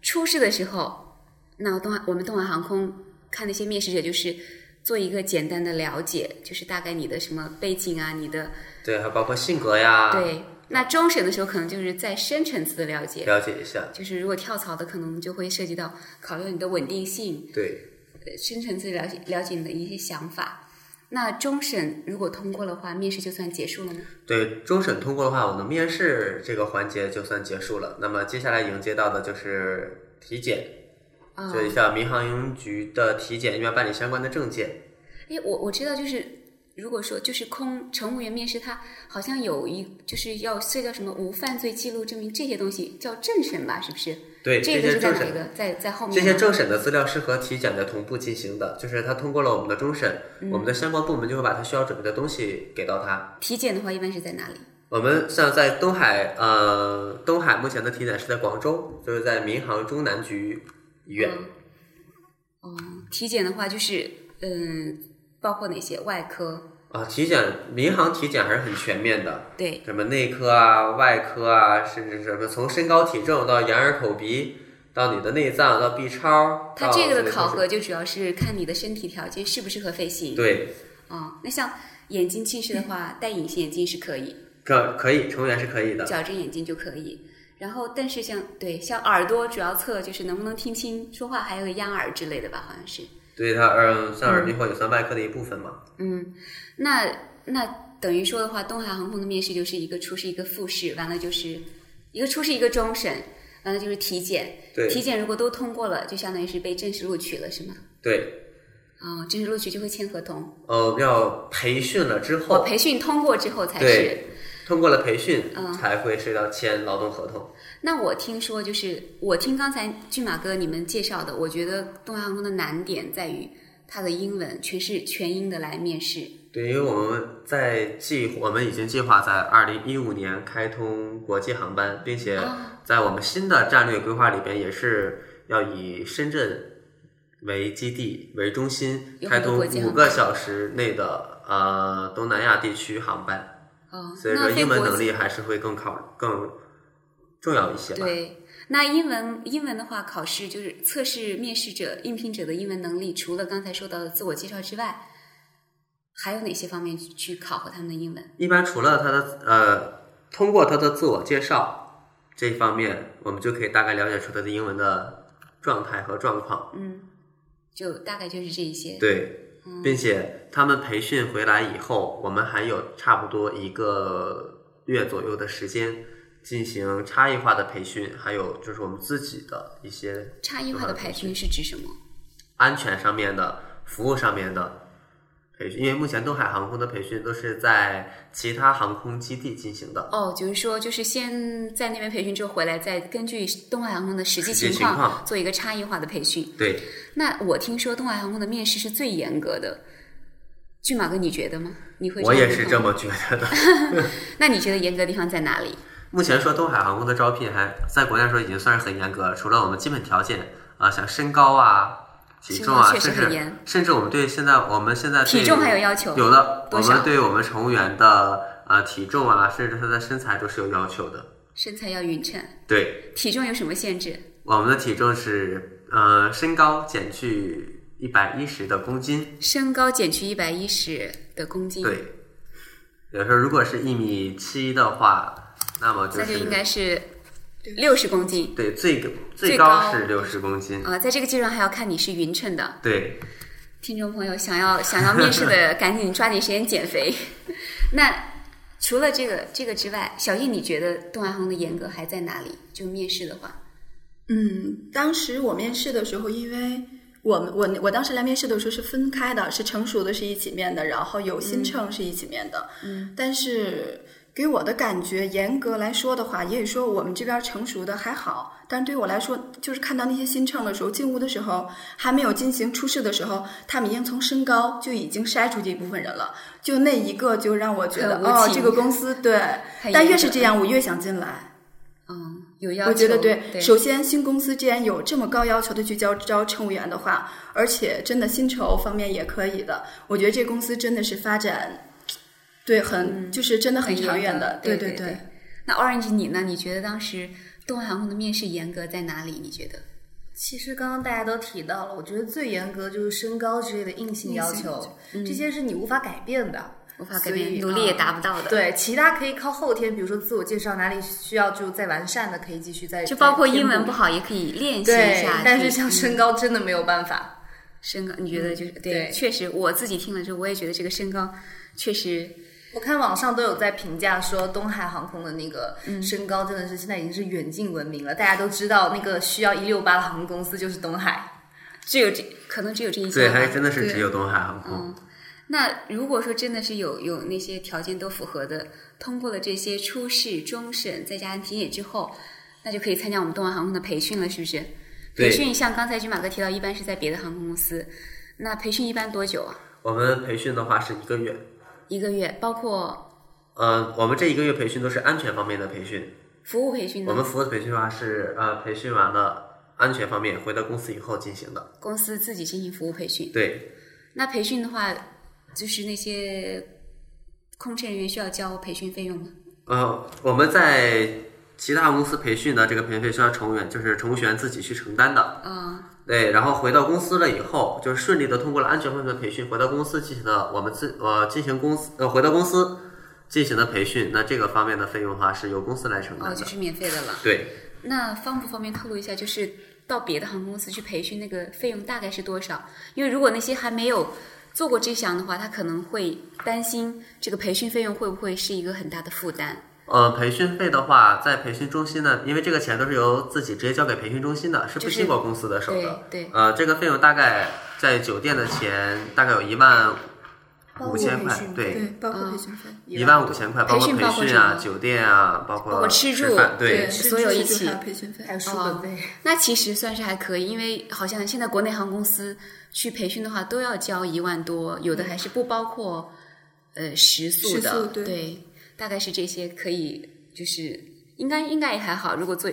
[SPEAKER 1] 初试的时候，那东海我们东海航空看那些面试者，就是做一个简单的了解，就是大概你的什么背景啊，你的
[SPEAKER 2] 对，还包括性格呀，
[SPEAKER 1] 对。那终审的时候，可能就是再深层次的了解，
[SPEAKER 2] 了解一下，
[SPEAKER 1] 就是如果跳槽的，可能就会涉及到考虑你的稳定性，
[SPEAKER 2] 对
[SPEAKER 1] 呃深层次了解了解你的一些想法。那终审如果通过的话，面试就算结束了吗？
[SPEAKER 2] 对，终审通过的话，我们面试这个环节就算结束了。那么接下来迎接到的就是体检，
[SPEAKER 1] 啊、
[SPEAKER 2] 就像民航营局的体检，因为要办理相关的证件。
[SPEAKER 1] 诶，我我知道，就是如果说就是空乘务员面试，他好像有一就是要涉及到什么无犯罪记录证明这些东西，叫政审吧，是不是？
[SPEAKER 2] 对，
[SPEAKER 1] 这个
[SPEAKER 2] 些
[SPEAKER 1] 是在
[SPEAKER 2] 政
[SPEAKER 1] 哪
[SPEAKER 2] 审
[SPEAKER 1] 一个？在在后面
[SPEAKER 2] 这些
[SPEAKER 1] 吗
[SPEAKER 2] 政审的资料是和体检的同步进行的，就是他通过了我们的终审，我
[SPEAKER 1] 嗯
[SPEAKER 2] 们的相关部门就会把他需要准备的东西给到他。
[SPEAKER 1] 体检的话，一般是在哪里？
[SPEAKER 2] 我们像在东海，呃，东海目前的体检是在广州，就是在民航中南局医院。
[SPEAKER 1] 嗯哦体检的话，就是嗯，包括哪些外科？
[SPEAKER 2] 啊，体检，民航体检还是很全面的，
[SPEAKER 1] 对，
[SPEAKER 2] 什么内科啊、外科啊，甚至什么从身高体重到眼耳口鼻，到你的内脏，到 B 超，
[SPEAKER 1] 它
[SPEAKER 2] 到
[SPEAKER 1] 这个
[SPEAKER 2] 类
[SPEAKER 1] 的
[SPEAKER 2] 似
[SPEAKER 1] 考核
[SPEAKER 2] 哦是
[SPEAKER 1] 就主要是看你的身体条件适不适合飞行。
[SPEAKER 2] 对，
[SPEAKER 1] 哦，那像眼睛近视的话，戴隐形眼镜是可以，
[SPEAKER 2] 可可以成员是可以的，
[SPEAKER 1] 矫正眼镜就可以。然后，但是像对像耳朵主要测就是能不能听清说话，还有压耳之类的吧，好像是。
[SPEAKER 2] 对它嗯，像耳鼻喉也算外科的一部分嘛。
[SPEAKER 1] 嗯，那那等于说的话，东海航空的面试就是一个初试，一个复试，完了就是一个初试，一个终审，完了就是体检。
[SPEAKER 2] 对
[SPEAKER 1] 体检如果都通过了，就相当于是被正式录取了，是吗？
[SPEAKER 2] 对，
[SPEAKER 1] 哦，正式录取就会签合同。
[SPEAKER 2] 呃，要培训了之
[SPEAKER 1] 我
[SPEAKER 2] 后，
[SPEAKER 1] 培训通过之后才是
[SPEAKER 2] 哦对。通过了培训
[SPEAKER 1] 嗯
[SPEAKER 2] 才会涉及到签劳动合同。
[SPEAKER 1] 那我听说，就是我听刚才骏马哥你们介绍的，我觉得东亚航空的难点在于它的英文全是全英的来面试。
[SPEAKER 2] 对，因为我们在计，我们已经计划在二零一五年开通国际航班，并且
[SPEAKER 1] 啊
[SPEAKER 2] 在我们新的战略规划里边，也是要以深圳为基地为中心，
[SPEAKER 1] 有
[SPEAKER 2] 开
[SPEAKER 1] 很多
[SPEAKER 2] 通
[SPEAKER 1] 国际
[SPEAKER 2] 五
[SPEAKER 1] 航
[SPEAKER 2] 个
[SPEAKER 1] 班
[SPEAKER 2] 小时内的呃东南亚地区航班，
[SPEAKER 1] 哦，
[SPEAKER 2] 所以
[SPEAKER 1] 那
[SPEAKER 2] 说
[SPEAKER 1] 非
[SPEAKER 2] 英文
[SPEAKER 1] 国
[SPEAKER 2] 能
[SPEAKER 1] 际
[SPEAKER 2] 力还是会更考更重要一些吧。
[SPEAKER 1] 对。那英文英文的话，考试就是测试面试者、应聘者的英文能力，除了刚才说到的自我介绍之外，还有哪些方面去去考核他们的英文？
[SPEAKER 2] 一般除了他的呃，通过他的自我介绍这一方面，我们就可以大概了解出他的英文的状态和状况。
[SPEAKER 1] 嗯，就大概就是这一些。，
[SPEAKER 2] 对，
[SPEAKER 1] 嗯、
[SPEAKER 2] 并且他们培训回来以后，我们还有差不多一个月左右的时间进行差异化的培训，还有就是我们自己的一些
[SPEAKER 1] 差异化的培训是指什么？
[SPEAKER 2] 安全上面的、服务上面的培训。因为目前东海航空的培训都是在其他航空基地进行的，
[SPEAKER 1] 哦，就是说，就是先在那边培训之后回来，再根据东海航空的实际
[SPEAKER 2] 实际
[SPEAKER 1] 情
[SPEAKER 2] 情
[SPEAKER 1] 况
[SPEAKER 2] 况
[SPEAKER 1] 做一个差异化的培训。
[SPEAKER 2] 对。
[SPEAKER 1] 那我听说东海航空的面试是最严格的，骏马哥，你觉得吗？你会
[SPEAKER 2] 我也
[SPEAKER 1] 样
[SPEAKER 2] 是
[SPEAKER 1] 吗
[SPEAKER 2] 这么觉得的。
[SPEAKER 1] 那你觉得严格的地方在哪里？
[SPEAKER 2] 目前说东海航空的招聘还在国内来说已经算是很严格了，除了我们基本条件啊、像身高啊、体重啊，
[SPEAKER 1] 身高确实
[SPEAKER 2] 甚
[SPEAKER 1] 很
[SPEAKER 2] 至
[SPEAKER 1] 严
[SPEAKER 2] 甚至我们对现在我们现在对
[SPEAKER 1] 体重还有要求
[SPEAKER 2] 有的
[SPEAKER 1] 多
[SPEAKER 2] 我
[SPEAKER 1] 少
[SPEAKER 2] 们对我们乘务员的呃体重啊，甚至他的身材都是有要求的。
[SPEAKER 1] 身材要匀称，
[SPEAKER 2] 对，
[SPEAKER 1] 体重有什么限制？
[SPEAKER 2] 我们的体重是呃身高减去一百一十的公斤，
[SPEAKER 1] 身高减去一百一十的公斤，，
[SPEAKER 2] 对。有时候如果是一米七的话，那么就
[SPEAKER 1] 那
[SPEAKER 2] 是
[SPEAKER 1] 就应该是六十公斤
[SPEAKER 2] 对最最
[SPEAKER 1] 最
[SPEAKER 2] 高
[SPEAKER 1] 高
[SPEAKER 2] 是六十公斤，
[SPEAKER 1] 啊、在这个基础上还要看你是匀称的。
[SPEAKER 2] 对。
[SPEAKER 1] 听众朋友想要 想要面试的，赶紧抓紧时间减肥。 那除了这个这个之外，小易你觉得东海航的严格还在哪里？就面试的话，
[SPEAKER 3] 嗯，当时我面试的时候，因为我们我我当时来面试的时候是分开的，是成熟的是一起面的，然后有
[SPEAKER 1] 嗯
[SPEAKER 3] 新乘是一起面的。嗯，但是给我的感觉，严格来说的话，也许说我们这边成熟的还好，但对我来说，就是看到那些新乘的时候，进屋的时候还没有进行初试的时候，他们已经从身高就已经筛出这一部分人了，就那一个就让我觉得
[SPEAKER 1] 很无
[SPEAKER 3] 哦，
[SPEAKER 1] 情
[SPEAKER 3] 这个公司对，
[SPEAKER 1] 很
[SPEAKER 3] 但
[SPEAKER 1] 严
[SPEAKER 3] 越是
[SPEAKER 1] 格
[SPEAKER 3] 这样，我越想进来。
[SPEAKER 1] 嗯，有要求，
[SPEAKER 3] 我觉得对，
[SPEAKER 1] 对
[SPEAKER 3] 首先新公司既然有这么高要求的去招招乘务员的话，而且真的薪酬方面也可以的，我觉得这公司真的是发展，对，很、就是真的很
[SPEAKER 1] 嗯很
[SPEAKER 3] 长
[SPEAKER 1] 严
[SPEAKER 3] 远
[SPEAKER 1] 格
[SPEAKER 3] 的，
[SPEAKER 1] 对
[SPEAKER 3] 对
[SPEAKER 1] 对对。那 Orange 你呢？你觉得当时东海航空的面试严格在哪里？你觉得？
[SPEAKER 4] 其实刚刚大家都提到了，我觉得最严格就是身高之类的硬性要求，这些是你无法改变的，
[SPEAKER 1] 嗯无法改变，
[SPEAKER 4] 所以
[SPEAKER 1] 努力也达
[SPEAKER 4] 嗯
[SPEAKER 1] 不到的。，
[SPEAKER 4] 对，其他可以靠后天，比如说自我介绍哪里需要就再完善的，可以继续再
[SPEAKER 1] 就包括英文不
[SPEAKER 4] 不
[SPEAKER 1] 好也可以练习一
[SPEAKER 4] 对
[SPEAKER 1] 下。，
[SPEAKER 4] 但
[SPEAKER 1] 可以
[SPEAKER 4] 是像
[SPEAKER 1] 嗯
[SPEAKER 4] 身高真的没有办法。
[SPEAKER 1] 身高，你觉得就是对？
[SPEAKER 4] 对
[SPEAKER 1] 确实，我自己听了之后，我也觉得这个身高确实
[SPEAKER 4] 我看网上都有在评价说，东海航空的那个
[SPEAKER 1] 嗯
[SPEAKER 4] 身高真的是现在已经是远近闻名了，大家都知道那个需要一六八的航空公司就是东海。
[SPEAKER 1] 只有这，可能只有这一
[SPEAKER 2] 对，
[SPEAKER 1] 项吧。
[SPEAKER 2] 还真的是只有东海
[SPEAKER 1] 嗯
[SPEAKER 2] 航空。
[SPEAKER 1] 那如果说真的是有有那些条件都符合的，通过了这些初试、终审再加上体检之后，那就可以参加我们东航航空的培训了，是不是？
[SPEAKER 2] 对
[SPEAKER 1] 培训像刚才军马哥提到，一般是在别的航空公司。那培训一般多久啊？
[SPEAKER 2] 我们培训的话是一个月，
[SPEAKER 1] 一个月，包括
[SPEAKER 2] 呃，我们这一个月培训都是安全方面的培训。
[SPEAKER 1] 服务培训
[SPEAKER 2] 我
[SPEAKER 1] 呢
[SPEAKER 2] 们？服务培训的话是呃，培训完了安全方面回到公司以后进行的。
[SPEAKER 1] 公司自己进行服务培训。
[SPEAKER 2] 对，
[SPEAKER 1] 那培训的话，就是那些空乘人员需要交培训费用吗？
[SPEAKER 2] 呃，我们在其他公司培训的这个培训费需要程序员就是程序员自己去承担的。
[SPEAKER 1] 啊，
[SPEAKER 2] 对，然后回到公司了以后，就是顺利的通过了安全方面的培训，回到公司进行了我们自呃进行公司呃回到公司进行的培训，那这个方面的费用的话是由公司来承担
[SPEAKER 1] 哦，
[SPEAKER 2] 的。
[SPEAKER 1] 就是免费的了。
[SPEAKER 2] 对，
[SPEAKER 1] 那方不方便透露一下，就是到别的航空公司去培训那个费用大概是多少？因为如果那些还没有做过这项的话，他可能会担心这个培训费用会不会是一个很大的负担。
[SPEAKER 2] 呃，培训费的话，在培训中心呢，因为这个钱都是由自己直接交给培训中心的，是不
[SPEAKER 1] 就是
[SPEAKER 2] 经过公司的手的。
[SPEAKER 1] 对对
[SPEAKER 2] 呃，这个费用大概在酒店的钱大概有一万五千块，
[SPEAKER 3] 对
[SPEAKER 2] 对，，
[SPEAKER 3] 包
[SPEAKER 1] 嗯
[SPEAKER 3] 括培训费。
[SPEAKER 2] 一万五千块，包
[SPEAKER 1] 培
[SPEAKER 2] 括
[SPEAKER 1] 训
[SPEAKER 2] 培
[SPEAKER 1] 包括
[SPEAKER 2] 训
[SPEAKER 1] 什
[SPEAKER 2] 啊、
[SPEAKER 1] 么
[SPEAKER 2] 酒店啊，包括
[SPEAKER 1] 包括吃住
[SPEAKER 2] 饭
[SPEAKER 3] 对，
[SPEAKER 2] 对。
[SPEAKER 3] 吃
[SPEAKER 1] 所有
[SPEAKER 3] 吃
[SPEAKER 1] 一
[SPEAKER 3] 住
[SPEAKER 1] 起
[SPEAKER 3] 还有培训费
[SPEAKER 4] 还。有书
[SPEAKER 1] 哦
[SPEAKER 4] 本费。
[SPEAKER 1] 那其实算是还可以，因为好像现在国内航空公司去培训的话都要交一万多，有的还是不包括呃食宿的，
[SPEAKER 3] 食宿对
[SPEAKER 1] 大概是这些可以，就是应该应该也还好。如果做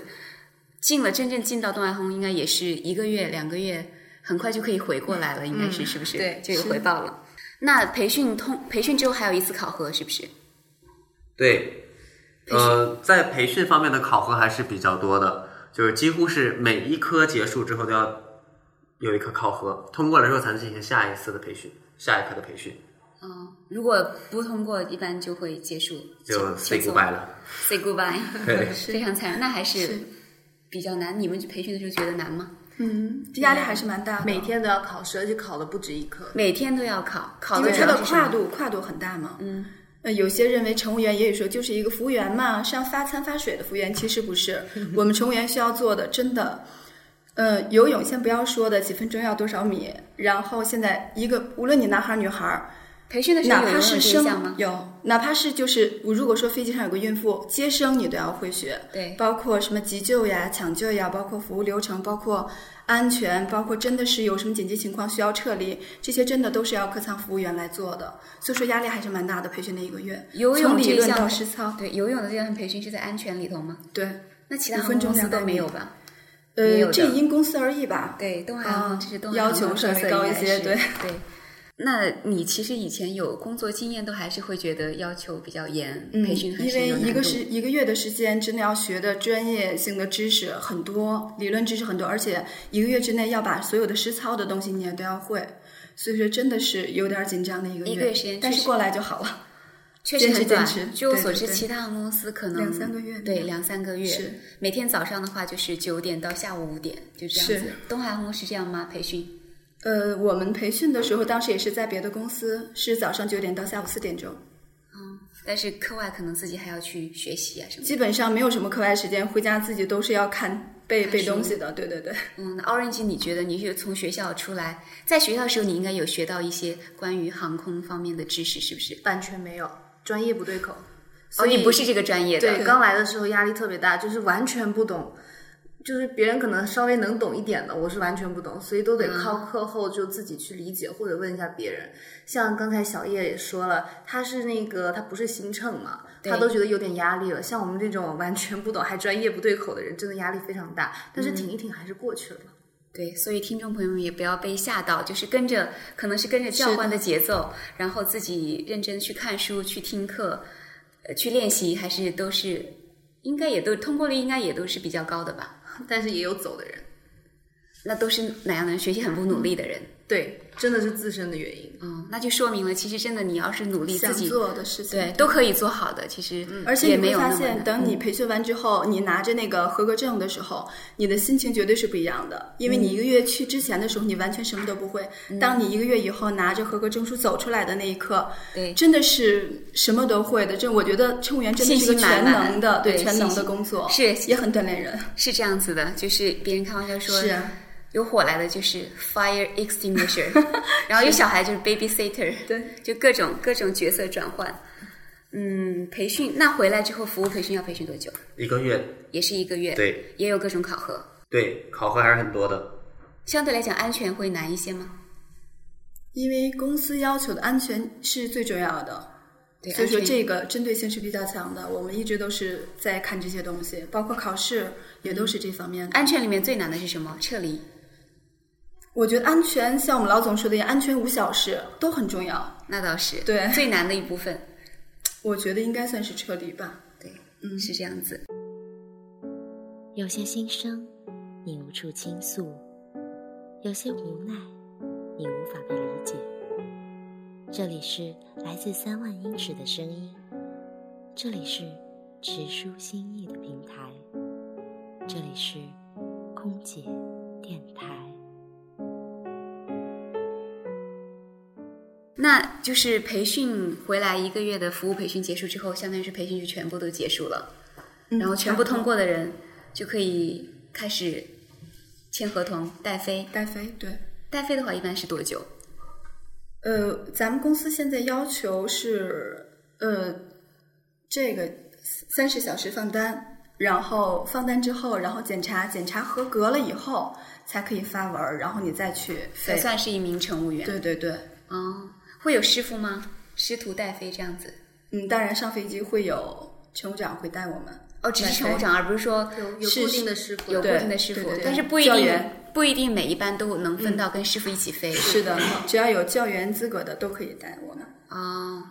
[SPEAKER 1] 进了真正进到东海航空，应该也是一个月两个月，很快就可以回过来了，应该是、是不是？
[SPEAKER 4] 对
[SPEAKER 1] 就有
[SPEAKER 3] 是
[SPEAKER 1] 回报了。那培训通培训之后还有一次考核，是不是？
[SPEAKER 2] 对，呃，在培训方面的考核还是比较多的，就是几乎是每一科结束之后都要有一科考核，通过了之后才能进行下一次的培训，下一课的培训
[SPEAKER 1] 嗯、如果不通过，一般就会结束，
[SPEAKER 2] 就 say
[SPEAKER 1] 结束
[SPEAKER 2] goodbye 了。
[SPEAKER 1] say goodbye，
[SPEAKER 2] 对
[SPEAKER 1] 非常惨，那还是
[SPEAKER 3] 是
[SPEAKER 1] 比较难。你们去培训的时候觉得难吗？
[SPEAKER 3] 嗯，压力还是蛮大的。
[SPEAKER 4] 每天都要考试，而且考了不止一科。
[SPEAKER 1] 每天都要考，考
[SPEAKER 3] 因
[SPEAKER 1] 的
[SPEAKER 3] 为它的
[SPEAKER 1] 主要是什么
[SPEAKER 3] 跨度跨度很大嘛。
[SPEAKER 1] 嗯，
[SPEAKER 3] 呃，有些认为乘务员也有说就是一个服务员嘛，上发餐发水的服务员，其实 不是。我们乘务员需要做的，真的，呃，游泳先不要说的，几分钟要多少米，然后现在一个无论你男孩儿女孩儿，
[SPEAKER 1] 培训的时
[SPEAKER 3] 哪
[SPEAKER 1] 候有
[SPEAKER 3] 怕
[SPEAKER 1] 人有
[SPEAKER 3] 是
[SPEAKER 1] 这
[SPEAKER 3] 生
[SPEAKER 1] 项吗？
[SPEAKER 3] 有，哪怕是就是，我如果说飞机上有个孕妇接生，你都要会学，
[SPEAKER 1] 对
[SPEAKER 3] 包括什么急救呀、抢救呀，包括服务流程，包括安全，包括真的是有什么紧急情况需要撤离，这些真的都是要客舱服务员来做的，所以说压力还是蛮大的。培训的一个月，
[SPEAKER 1] 游泳
[SPEAKER 3] 从
[SPEAKER 1] 这
[SPEAKER 3] 理
[SPEAKER 1] 一
[SPEAKER 3] 论
[SPEAKER 1] 项
[SPEAKER 3] 到实操，
[SPEAKER 1] 对，游泳的这项培训是在安全里头吗？
[SPEAKER 3] 对，
[SPEAKER 1] 那其他
[SPEAKER 3] 五
[SPEAKER 1] 航空
[SPEAKER 3] 分钟
[SPEAKER 1] 公司
[SPEAKER 3] 200
[SPEAKER 1] 都没有吧？也有的
[SPEAKER 3] 呃，这因公司而异吧。
[SPEAKER 1] 对，东海航空
[SPEAKER 3] 啊
[SPEAKER 1] 这是东，海
[SPEAKER 3] 要
[SPEAKER 1] 航空
[SPEAKER 3] 求
[SPEAKER 1] 的
[SPEAKER 3] 稍
[SPEAKER 1] 特色
[SPEAKER 3] 微高一些，
[SPEAKER 1] 应该
[SPEAKER 3] 对
[SPEAKER 1] 是，对。那你其实以前有工作经验，都还是会觉得要求比较严，
[SPEAKER 3] 嗯
[SPEAKER 1] 培训还
[SPEAKER 3] 因
[SPEAKER 1] 是有
[SPEAKER 3] 为
[SPEAKER 1] 难
[SPEAKER 3] 一个
[SPEAKER 1] 度
[SPEAKER 3] 是一个月的时间，真的要学的专业性的知识很多，理论知识很多，而且一个月之内要把所有的实操的东西你也都要会，所以说真的是有点紧张的一个月。
[SPEAKER 1] 一个月时间
[SPEAKER 3] 但
[SPEAKER 1] 确
[SPEAKER 3] 是
[SPEAKER 1] 实
[SPEAKER 3] 过来就好了。
[SPEAKER 1] 确实很短
[SPEAKER 3] 坚持坚。持
[SPEAKER 1] 据我所
[SPEAKER 3] 对
[SPEAKER 1] 知，
[SPEAKER 3] 对对
[SPEAKER 1] 其他航空公司可能
[SPEAKER 3] 两三个月
[SPEAKER 1] 对两三个月。
[SPEAKER 3] 是
[SPEAKER 1] 每天早上的话就是九点到下午五点，就这样子
[SPEAKER 3] 是。
[SPEAKER 1] 东海航空是这样吗？培训？
[SPEAKER 3] 呃，我们培训的时候，当时也是在别的公司，是早上九点到下午四点钟，
[SPEAKER 1] 但是课外可能自己还要去学习啊什么的。
[SPEAKER 3] 基本上没有什么课外时间，回家自己都是要看背背东西的。对对对，
[SPEAKER 1] 嗯，那 Orange，你觉得你是从学校出来，在学校的时候你应该有学到一些关于航空方面的知识，是不是？
[SPEAKER 4] 完全没有，专业不对口。
[SPEAKER 1] 哦，
[SPEAKER 4] 所以
[SPEAKER 1] 你不是这个专业的。
[SPEAKER 4] 对，刚来的时候压力特别大，就是完全不懂，就是别人可能稍微能懂一点的，我是完全不懂，所以都得
[SPEAKER 1] 嗯
[SPEAKER 4] 靠课后就自己去理解或者问一下别人。像刚才小叶也说了，他是那个他不是新乘嘛，他
[SPEAKER 1] 对
[SPEAKER 4] 都觉得有点压力了。像我们这种完全不懂还专业不对口的人，真的压力非常大。但是
[SPEAKER 1] 嗯
[SPEAKER 4] 挺一挺还是过去了。
[SPEAKER 1] 对，所以听众朋友们也不要被吓到，就是跟着，可能是跟着教官的节奏，然后自己认真去看书、去听课、呃，去练习，还是都是应该也都通过率应该也都是比较高的吧？
[SPEAKER 4] 但是也有走的人，
[SPEAKER 1] 那都是哪样的人？学习很不努力的人，
[SPEAKER 4] 对，真的是自身的原因。
[SPEAKER 1] 嗯，那就说明了，其实真的你要是努力自
[SPEAKER 3] 想
[SPEAKER 1] 己，
[SPEAKER 3] 做的事情。
[SPEAKER 1] 对，都可以做好的。其实，
[SPEAKER 3] 而且
[SPEAKER 1] 也
[SPEAKER 3] 你
[SPEAKER 1] 没
[SPEAKER 3] 会
[SPEAKER 1] 有
[SPEAKER 3] 发
[SPEAKER 1] 那么
[SPEAKER 3] 现，
[SPEAKER 1] 难
[SPEAKER 3] 等你培训完之后，你拿着那个合格证的时候，你的心情绝对是不一样的。因为你一个月去之前的时候，你完全什么都不会；
[SPEAKER 1] 嗯
[SPEAKER 3] 当你一个月以后拿着合格证书走出来的那一刻，
[SPEAKER 1] 对
[SPEAKER 3] 真的是什么都会的。这我觉得乘务员真的是
[SPEAKER 1] 信
[SPEAKER 3] 个
[SPEAKER 1] 心满
[SPEAKER 3] 全
[SPEAKER 1] 满
[SPEAKER 3] 能的，
[SPEAKER 1] 对
[SPEAKER 3] 对全
[SPEAKER 1] 信
[SPEAKER 3] 能
[SPEAKER 1] 心
[SPEAKER 3] 的工作，
[SPEAKER 1] 是
[SPEAKER 3] 也很锻炼人。
[SPEAKER 1] 是这样子的，就是别人开玩笑说，
[SPEAKER 3] 是啊
[SPEAKER 1] 有火来的就是 fire extinguisher，然后有小孩就是 babysitter，
[SPEAKER 3] 对，
[SPEAKER 1] 就各种各种角色转换。嗯，培训那回来之后，服务培训要培训多久？
[SPEAKER 2] 一个月，
[SPEAKER 1] 也是一个月，
[SPEAKER 2] 对，
[SPEAKER 1] 也有各种考核。
[SPEAKER 2] 对，考核还是很多的。
[SPEAKER 1] 相对来讲，安全会难一些吗？
[SPEAKER 3] 因为公司要求的安全是最重要的，
[SPEAKER 1] 对，
[SPEAKER 3] 所以说
[SPEAKER 1] 安全
[SPEAKER 3] 这个针对性是比较强的。我们一直都是在看这些东西，包括考试也都是这方面的。
[SPEAKER 1] 安全里面最难的是什么？撤离。
[SPEAKER 3] 我觉得安全，像我们老总说的一样，安全无小事都很重要。
[SPEAKER 1] 那倒是，
[SPEAKER 3] 对
[SPEAKER 1] 最难的一部分，
[SPEAKER 3] 我觉得应该算是撤离吧。
[SPEAKER 1] 对，嗯，是这样子。
[SPEAKER 9] 有些心声你无处倾诉，有些无奈你无法被理解。这里是来自三万英尺的声音，这里是直抒心意的平台，这里是空姐电台。
[SPEAKER 1] 那就是培训回来一个月的服务培训结束之后，相当于是培训就全部都结束了，
[SPEAKER 3] 嗯
[SPEAKER 1] 然后全部通过的人就可以开始签合同带飞。
[SPEAKER 3] 带飞，对。
[SPEAKER 1] 带飞的话一般是多久？
[SPEAKER 3] 呃，咱们公司现在要求是，呃，这个三十小时放单，然后放单之后，然后检查，检查合格了以后才可以发文儿，然后你再去
[SPEAKER 1] 才
[SPEAKER 3] 飞。
[SPEAKER 1] 算是一名乘务员。
[SPEAKER 3] 对对对，
[SPEAKER 1] 哦，会有师傅吗？师徒带飞这样子？
[SPEAKER 3] 嗯，当然上飞机会有乘务长会带我们。
[SPEAKER 1] 哦，只是
[SPEAKER 3] 带
[SPEAKER 1] 乘
[SPEAKER 3] 飞
[SPEAKER 1] 务长，而不是说
[SPEAKER 4] 有有
[SPEAKER 1] 是
[SPEAKER 4] 固定的师傅，
[SPEAKER 1] 有固
[SPEAKER 3] 对
[SPEAKER 1] 定的师
[SPEAKER 3] 对
[SPEAKER 1] 傅
[SPEAKER 3] 对，对
[SPEAKER 1] 但是不一
[SPEAKER 3] 教
[SPEAKER 1] 定
[SPEAKER 3] 员嗯
[SPEAKER 1] 不一定每一班都能分到跟师傅一起飞。
[SPEAKER 3] 是的，只要有教员资格的都可以带我们。
[SPEAKER 1] 哦，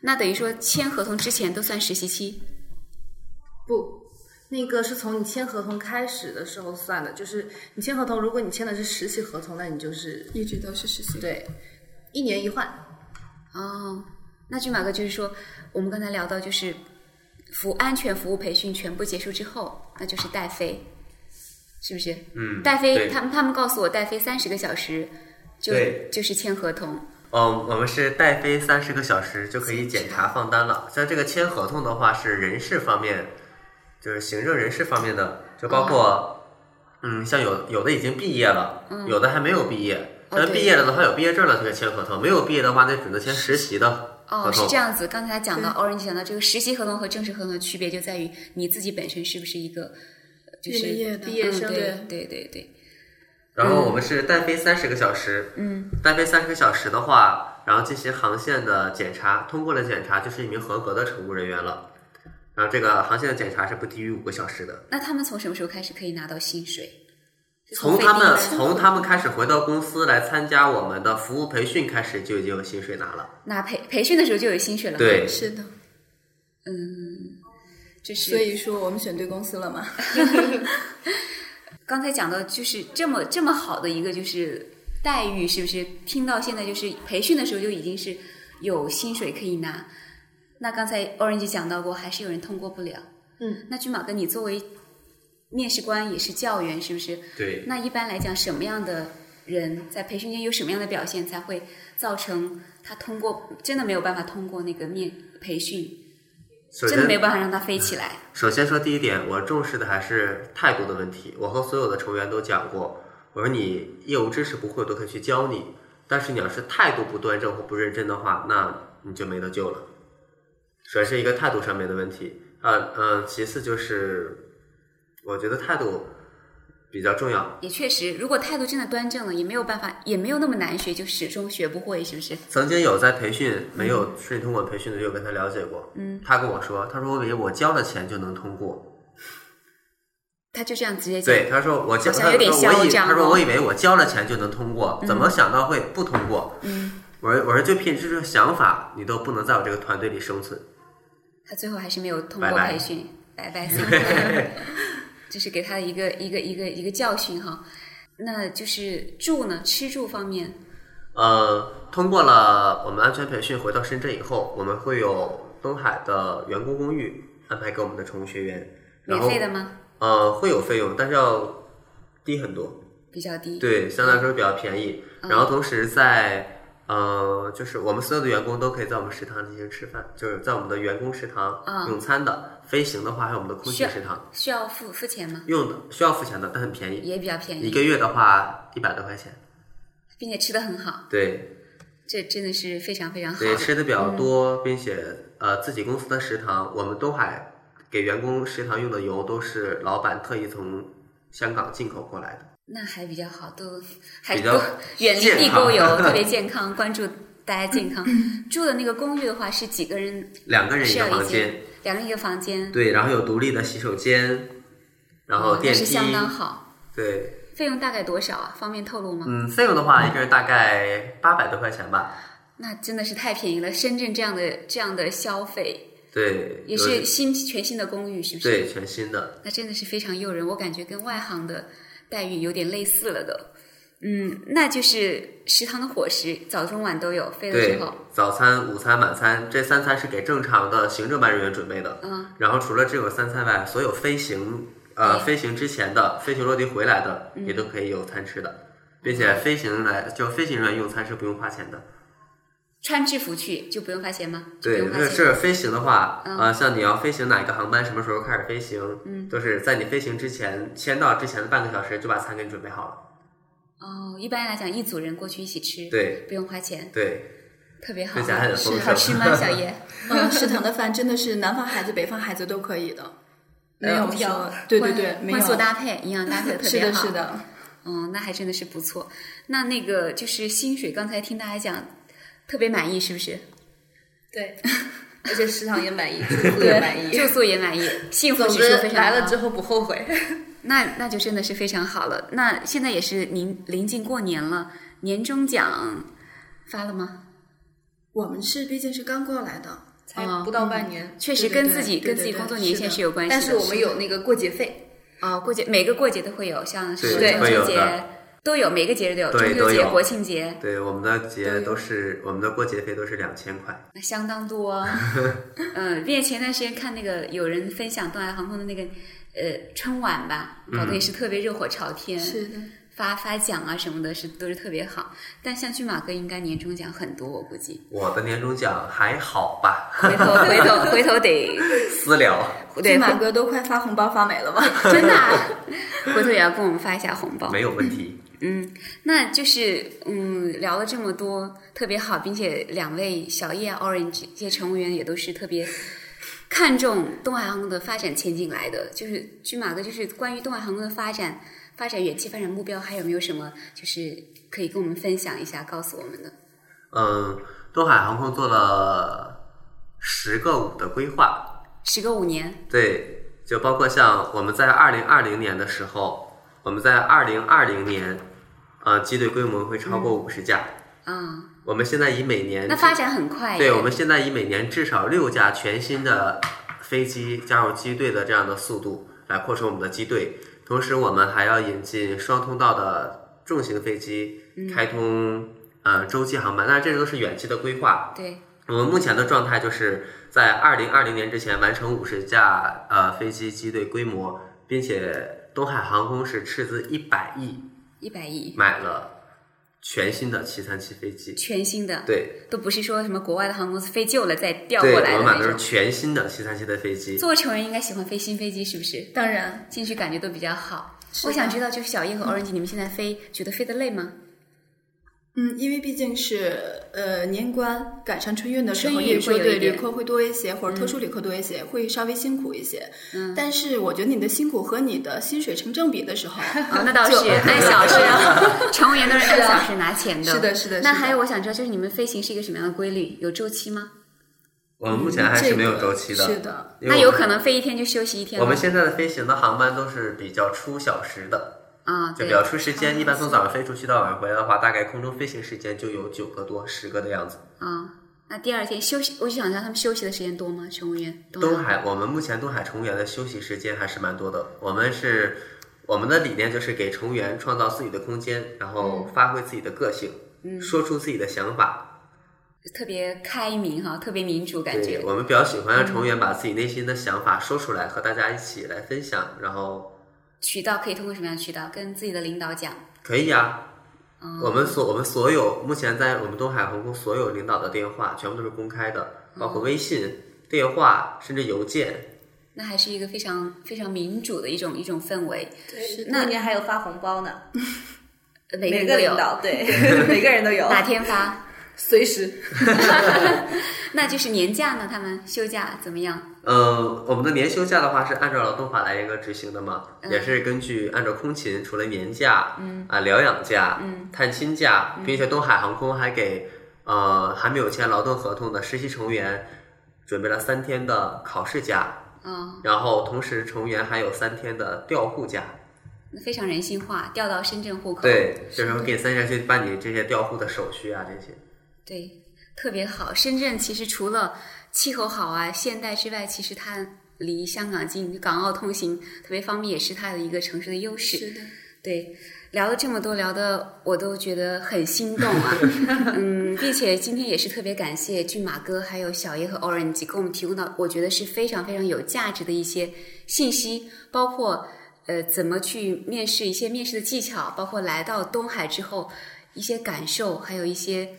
[SPEAKER 1] 那等于说签合同之前都算实习期。
[SPEAKER 4] 不，那个是从你签合同开始的时候算的，就是你签合同，如果你签的是实习合同，那你就是
[SPEAKER 3] 一直都是实习。，
[SPEAKER 4] 对一年一换，
[SPEAKER 1] 哦，那骏马哥就是说，我们刚才聊到就是服安全服务培训全部结束之后，那就是带飞，是不是？
[SPEAKER 2] 嗯，
[SPEAKER 1] 带飞，
[SPEAKER 2] 对
[SPEAKER 1] 他们他们告诉我带飞三十个小时，就
[SPEAKER 2] 对
[SPEAKER 1] 就是签合同。
[SPEAKER 2] 嗯，我们是带飞三十个小时就可以检查放单了。像这个签合同的话，是人事方面，就是行政人事方面的，就包括，
[SPEAKER 1] 哦
[SPEAKER 2] 嗯，像有有的已经毕业了，有的还没有毕业。
[SPEAKER 1] 嗯哦
[SPEAKER 2] 但
[SPEAKER 1] 对
[SPEAKER 2] 毕业了的话，有毕业证了才可以签合同；没有毕业的话，那只能签实习的合
[SPEAKER 1] 哦，是
[SPEAKER 2] 同。
[SPEAKER 1] 这样子。刚才讲到 Orange 讲到这个实习合同和正式合同的区别，就在于你自己本身是不是一个呃就是
[SPEAKER 3] 毕了业的
[SPEAKER 1] 毕业生，
[SPEAKER 4] 嗯
[SPEAKER 1] 对对对对，
[SPEAKER 2] 然后我们是带飞三十个小时，
[SPEAKER 1] 嗯，
[SPEAKER 2] 带飞三十个小时的话，然后进行航线的检查，通过了检查就是一名合格的乘务人员了。然后这个航线的检查是不低于五个小时的。
[SPEAKER 1] 那他们从什么时候开始可以拿到薪水？是
[SPEAKER 2] 从
[SPEAKER 1] 飞
[SPEAKER 2] 他
[SPEAKER 1] 第一
[SPEAKER 2] 们
[SPEAKER 1] 班
[SPEAKER 2] 从他们开始回到公司来参加我们的服务培训开始，就已经有薪水拿了。
[SPEAKER 1] 拿培培训的时候就有薪水了吗，
[SPEAKER 2] 对，
[SPEAKER 3] 是的。
[SPEAKER 1] 嗯，这是
[SPEAKER 3] 所以说我们选对公司 了嘛？
[SPEAKER 1] 刚才讲到就是这么这么好的一个就是待遇，是不是？听到现在就是培训的时候就已经是有薪水可以拿。那刚才 Orange 讲到过，还是有人通过不了。
[SPEAKER 4] 嗯，
[SPEAKER 1] 那骏马哥，你作为面试官也是教员，是不是？
[SPEAKER 2] 对，
[SPEAKER 1] 那一般来讲，什么样的人在培训间有什么样的表现，才会造成他通过真的没有办法通过那个面培训，
[SPEAKER 2] 首
[SPEAKER 1] 真的没有
[SPEAKER 2] 先
[SPEAKER 1] 办法让他飞起来？
[SPEAKER 2] 首先说第一点，我重视的还是态度的问题。我和所有的成员都讲过，我说你业务知识不会，我都可以去教你，但是你要是态度不端正或不认真的话，那你就没得救了。首先是一个态度上面的问题，呃呃，其次就是我觉得态度比较重要。
[SPEAKER 1] 也确实，如果态度真的端正了，也没有办法，也没有那么难学，就始终学不会，是不是？
[SPEAKER 2] 曾经有在培训没有顺利通过培训的，有跟他了解过。嗯，他跟我说，他说伟，我交了钱就能通过。
[SPEAKER 1] 他就这样直接讲。
[SPEAKER 2] 对，他说我交，
[SPEAKER 1] 嗯好
[SPEAKER 2] 他
[SPEAKER 1] 像有
[SPEAKER 2] 说
[SPEAKER 1] 点
[SPEAKER 2] 我
[SPEAKER 1] 嚣
[SPEAKER 2] 以，
[SPEAKER 1] 张哦
[SPEAKER 2] 他说我以为我交了钱就能通过，怎么想到会不通过？
[SPEAKER 1] 嗯，
[SPEAKER 2] 我说我说就凭你这种想法，你都不能在我这个团队里生存。
[SPEAKER 1] 他最后还是没有通
[SPEAKER 2] 拜
[SPEAKER 1] 过
[SPEAKER 2] 拜
[SPEAKER 1] 培训，拜拜三 拜，这是给他的一个一个一个一个教训哈。那就是住呢，吃住方面，
[SPEAKER 2] 呃，通过了我们安全培训，回到深圳以后，我们会有东海的员工公寓安排给我们的乘务学员，然
[SPEAKER 1] 免
[SPEAKER 2] 后
[SPEAKER 1] 费的？吗？
[SPEAKER 2] 呃，会有费用，但是要低很多。
[SPEAKER 1] 比较低。
[SPEAKER 2] 对，相对来说比较便宜。
[SPEAKER 1] 嗯
[SPEAKER 2] 然后同时在，呃，就是我们所有的员工都可以在我们食堂进行吃饭，就是在我们的员工食堂
[SPEAKER 1] 嗯
[SPEAKER 2] 用餐的。飞行的话，还有我们的空
[SPEAKER 1] 需
[SPEAKER 2] 勤
[SPEAKER 1] 要
[SPEAKER 2] 食堂
[SPEAKER 1] 需要付付钱吗？
[SPEAKER 2] 用的，需要付钱的，但很便宜，
[SPEAKER 1] 也比较便
[SPEAKER 2] 一
[SPEAKER 1] 宜，
[SPEAKER 2] 个月的话一百多块钱。
[SPEAKER 1] 并且吃的很好，
[SPEAKER 2] 对
[SPEAKER 1] 这真的是非常非常好
[SPEAKER 2] 对，
[SPEAKER 1] 的。嗯
[SPEAKER 2] 吃的比较多，并且呃，自己公司的食堂，我们东海给员工食堂用的油都是老板特意从香港进口过来的。
[SPEAKER 1] 那还比较好，都还
[SPEAKER 2] 比
[SPEAKER 1] 都
[SPEAKER 2] 较
[SPEAKER 1] 远离
[SPEAKER 2] 健
[SPEAKER 1] 地
[SPEAKER 2] 康
[SPEAKER 1] 沟油，特别健康，关注大家健 康。住的那个公寓的话是几个人？
[SPEAKER 2] 两个人一
[SPEAKER 1] 是
[SPEAKER 2] 个
[SPEAKER 1] 要
[SPEAKER 2] 房
[SPEAKER 1] 一
[SPEAKER 2] 间
[SPEAKER 1] 间，，两个人一个房间，
[SPEAKER 2] 对，然后有独立的洗手间，然后
[SPEAKER 1] 哦
[SPEAKER 2] 电
[SPEAKER 1] 那
[SPEAKER 2] 梯，
[SPEAKER 1] 是相当好。
[SPEAKER 2] 对，
[SPEAKER 1] 费用大概多少啊？方便透露吗？
[SPEAKER 2] 嗯，费用的话，一个人大概八百多块钱吧。
[SPEAKER 1] 那真的是太便宜了，深圳这样的这样的消费，
[SPEAKER 2] 对，
[SPEAKER 1] 也
[SPEAKER 2] 有
[SPEAKER 1] 是新全新的公寓，是不是？
[SPEAKER 2] 对，全新的，
[SPEAKER 1] 那真的是非常诱人，我感觉跟外行的待遇有点类似了都。嗯，那就是食堂的伙食，早中晚都有，飞的时
[SPEAKER 2] 对
[SPEAKER 1] 候，，
[SPEAKER 2] 早餐、午餐、晚餐这三餐是给正常的行政办人员准备的。
[SPEAKER 1] 嗯，
[SPEAKER 2] 然后除了这个三餐外，所有飞行呃
[SPEAKER 1] 对
[SPEAKER 2] 飞行之前的、飞行落地回来的
[SPEAKER 1] 嗯
[SPEAKER 2] 也都可以有餐吃的，并且飞行来就飞行人员用餐是不用花钱的。
[SPEAKER 1] 穿制服去就不用花钱吗？就不
[SPEAKER 2] 对，
[SPEAKER 1] 用花
[SPEAKER 2] 那
[SPEAKER 1] 钱
[SPEAKER 2] 是飞行的话，
[SPEAKER 1] 嗯
[SPEAKER 2] 呃，像你要飞行哪个航班，什么时候开始飞行，
[SPEAKER 1] 嗯
[SPEAKER 2] 都是在你飞行之前签到之前的半个小时就把餐给你准备好了。
[SPEAKER 1] 哦，一般来讲一组人过去一起吃，，
[SPEAKER 2] 对
[SPEAKER 1] 不用花钱，
[SPEAKER 2] 对，
[SPEAKER 1] 特别好
[SPEAKER 2] 这，家很
[SPEAKER 3] 是
[SPEAKER 2] 丰
[SPEAKER 1] 好
[SPEAKER 2] 盛。
[SPEAKER 1] 吃吗，小爷？
[SPEAKER 3] 嗯，食堂的饭真的是南方孩子、北方孩子都可以的，没有说
[SPEAKER 1] 有
[SPEAKER 3] 对对对，没有
[SPEAKER 1] 荤素搭配，营养搭配 特
[SPEAKER 3] 是
[SPEAKER 1] 别
[SPEAKER 3] 的，
[SPEAKER 1] 好，
[SPEAKER 3] 是，的，
[SPEAKER 1] 嗯，那还真的是不错。那那个就是薪水，刚才听大家讲，特别满意，是不是？
[SPEAKER 4] 对， 而且食堂也满意，住宿也满意，
[SPEAKER 1] 住宿也满 意，幸福
[SPEAKER 4] 总
[SPEAKER 1] 指
[SPEAKER 4] 之
[SPEAKER 1] 数非常高。
[SPEAKER 4] 来了之后不后悔。
[SPEAKER 1] 那那就真的是非常好了。那现在也是您临近过年了，年终奖发了吗？
[SPEAKER 3] 我们是毕竟是刚过来的，
[SPEAKER 4] 才不到半年，
[SPEAKER 1] 嗯确实
[SPEAKER 3] 对对
[SPEAKER 1] 跟自己
[SPEAKER 3] 对对
[SPEAKER 1] 跟自己
[SPEAKER 3] 对
[SPEAKER 1] 工作
[SPEAKER 3] 是
[SPEAKER 1] 年限
[SPEAKER 3] 的
[SPEAKER 1] 是有关系的。
[SPEAKER 4] 但是我们有那个过节费，
[SPEAKER 1] 啊、过节每个过节都会有，像是
[SPEAKER 2] 对
[SPEAKER 1] 中
[SPEAKER 2] 会
[SPEAKER 1] 秋
[SPEAKER 2] 有
[SPEAKER 1] 节
[SPEAKER 2] 的
[SPEAKER 1] 都有，每个节日都有，
[SPEAKER 2] 对
[SPEAKER 1] 中秋
[SPEAKER 2] 都
[SPEAKER 1] 节、
[SPEAKER 2] 有
[SPEAKER 1] 国庆节，
[SPEAKER 2] 对，我们的节都是我们的过节费都是两千块。
[SPEAKER 1] 那相当多、哦。嗯，并且前段时间看那个有人分享东海航空的那个呃春晚吧，搞得也是特别热火朝天，
[SPEAKER 3] 是的，
[SPEAKER 1] 发发奖啊什么的是都是特别好。但像骏马哥应该年终奖很多，我估计。
[SPEAKER 2] 我的年终奖还好吧，
[SPEAKER 1] 回头回头回头得
[SPEAKER 2] 私聊。
[SPEAKER 1] 对
[SPEAKER 3] 骏，马哥都快发红包发没了吧？
[SPEAKER 1] 真的啊、回头也要给我们发一下红包。
[SPEAKER 2] 没有问题。
[SPEAKER 1] 嗯，那就是嗯，聊了这么多，特别好，并且两位小叶、Orange 这些乘务员也都是特别看重东海航空的发展前景来的。就是骏马哥，就是关于东海航空的发展、发展远期、发展目标，还有没有什么就是可以跟我们分享一下，告诉我们的？
[SPEAKER 2] 嗯，东海航空做了十个五的规划，
[SPEAKER 1] 时隔五年，
[SPEAKER 2] 对，就包括像我们在二零二零年的时候，我们在二零二零年，呃，机队规模会超过五十架。
[SPEAKER 1] 啊、
[SPEAKER 2] 我们现在以每年
[SPEAKER 1] 那发展很快耶。
[SPEAKER 2] 对，我们现在以每年至少六架全新的飞机加入机队的这样的速度来扩充我们的机队，同时我们还要引进双通道的重型飞机，开通呃洲际航班。但是这都是远期的规划。
[SPEAKER 1] 对，
[SPEAKER 2] 我们目前的状态就是在二零二零年之前完成五十架呃飞机机队规模，并且东海航空是斥资一百亿
[SPEAKER 1] 一百亿，
[SPEAKER 2] 买了全新的七三七飞机。
[SPEAKER 1] 全新的，
[SPEAKER 2] 对，
[SPEAKER 1] 都不是说什么国外的航空公司飞旧了再调
[SPEAKER 2] 对，
[SPEAKER 1] 过
[SPEAKER 2] 我
[SPEAKER 1] 来的
[SPEAKER 2] 们买的
[SPEAKER 1] 那
[SPEAKER 2] 是
[SPEAKER 1] 种。
[SPEAKER 2] 全新的七三七的飞机。
[SPEAKER 1] 做成人应该喜欢飞新飞机，是不是？
[SPEAKER 3] 当然，
[SPEAKER 1] 进去感觉都比较好。
[SPEAKER 3] 是
[SPEAKER 1] 我
[SPEAKER 3] 的
[SPEAKER 1] 想知道，就是小叶和 Orange，你们现在飞，觉得飞得累吗？
[SPEAKER 3] 嗯，因为毕竟是呃年关赶上春运的时候，
[SPEAKER 1] 春运
[SPEAKER 3] 也说
[SPEAKER 1] 会有一
[SPEAKER 3] 对
[SPEAKER 1] 点
[SPEAKER 3] 旅客会多一些，或者特殊旅客多一些，会稍微辛苦一些。
[SPEAKER 1] 嗯
[SPEAKER 3] 但是我觉得你的辛苦和你的薪水成正比 的时候，
[SPEAKER 1] 啊，那倒是
[SPEAKER 3] 就
[SPEAKER 1] 按小时，乘务员都是按
[SPEAKER 3] 是啊
[SPEAKER 1] 小时拿钱的。
[SPEAKER 3] 是的，是的。
[SPEAKER 1] 那
[SPEAKER 3] 是的
[SPEAKER 1] 还有，我想知道，就是你们飞行是一个什么样的规律？有周期吗？
[SPEAKER 2] 我们目前还
[SPEAKER 3] 这
[SPEAKER 2] 是
[SPEAKER 3] 个
[SPEAKER 2] 没有周期
[SPEAKER 1] 嗯
[SPEAKER 2] 的，
[SPEAKER 3] 是的，
[SPEAKER 2] 因
[SPEAKER 1] 那
[SPEAKER 2] 为我
[SPEAKER 1] 有
[SPEAKER 2] 们
[SPEAKER 1] 可能飞一天就休息一天
[SPEAKER 2] 我
[SPEAKER 1] 吗？
[SPEAKER 2] 们现在的飞行的航班都是比较出小时的，
[SPEAKER 1] 啊，
[SPEAKER 2] 就
[SPEAKER 1] 对嗯
[SPEAKER 2] 比，较出时间。一般从早上飞出去到晚上回来的话，大概空中飞行时间就有九个多、十个的样子。
[SPEAKER 1] 啊，那第二天休息，我就想知道他们休息的时间多吗？乘务员，
[SPEAKER 2] 东海，我们目前东海乘务员的休息时间还是蛮多的。我们是我们的理念就是给乘务员创造自己的空间，
[SPEAKER 1] 嗯
[SPEAKER 2] 然后发挥自己的个性，说出自己的想法。
[SPEAKER 1] 特别开明哈，特别民主感觉嗯
[SPEAKER 2] 对，。我们比较喜欢让乘务员把自己内心的想法说出来，和大家一起来分享，然后
[SPEAKER 1] 渠道可以通过什么样的渠道跟自己的领导讲？
[SPEAKER 2] 可以啊。
[SPEAKER 1] 嗯
[SPEAKER 2] 我们所我们所有目前在我们东海航空所有领导的电话全部都是公开的，包
[SPEAKER 1] 嗯
[SPEAKER 2] 括微信、电话，甚至邮件。
[SPEAKER 1] 那还是一个非常非常民主的一种一种氛围，那
[SPEAKER 10] 过年还有发红包呢，
[SPEAKER 1] 呃每
[SPEAKER 10] 每
[SPEAKER 1] 个
[SPEAKER 10] 个
[SPEAKER 1] 人
[SPEAKER 10] 领
[SPEAKER 1] 都有。
[SPEAKER 10] 导 对每个人都有，
[SPEAKER 1] 哪天发？
[SPEAKER 10] 随时
[SPEAKER 1] 那就是年假呢？他们休假怎么样？
[SPEAKER 2] 呃，我们的年休假的话是按照劳动法来一个执行的嘛，
[SPEAKER 1] 嗯
[SPEAKER 2] 也是根据按照空勤，除了年假、嗯、啊疗养假、嗯、探亲假，并且东海航空还给呃还没有签劳动合同的实习乘务员准备了三天的考试假，
[SPEAKER 1] 啊、
[SPEAKER 2] 然后同时乘务员还有三天的调护假。
[SPEAKER 1] 那非常人性化，调到深圳户口。
[SPEAKER 2] 对，就是会给三下去办你这些调户的手续啊，这些。
[SPEAKER 1] 对特别好。深圳其实除了气候好啊、现代之外，其实它离香港近，港澳通行特别方便，也是它的一个城市的优势。
[SPEAKER 3] 是的，
[SPEAKER 1] 对，聊了这么多，聊的我都觉得很心动啊。嗯，并且今天也是特别感谢骏马哥、还有小叶和 Orange 给我们提供的，我觉得是非常非常有价值的一些信息，包括呃怎么去面试一些面试的技巧，包括来到东海之后一些感受，还有一些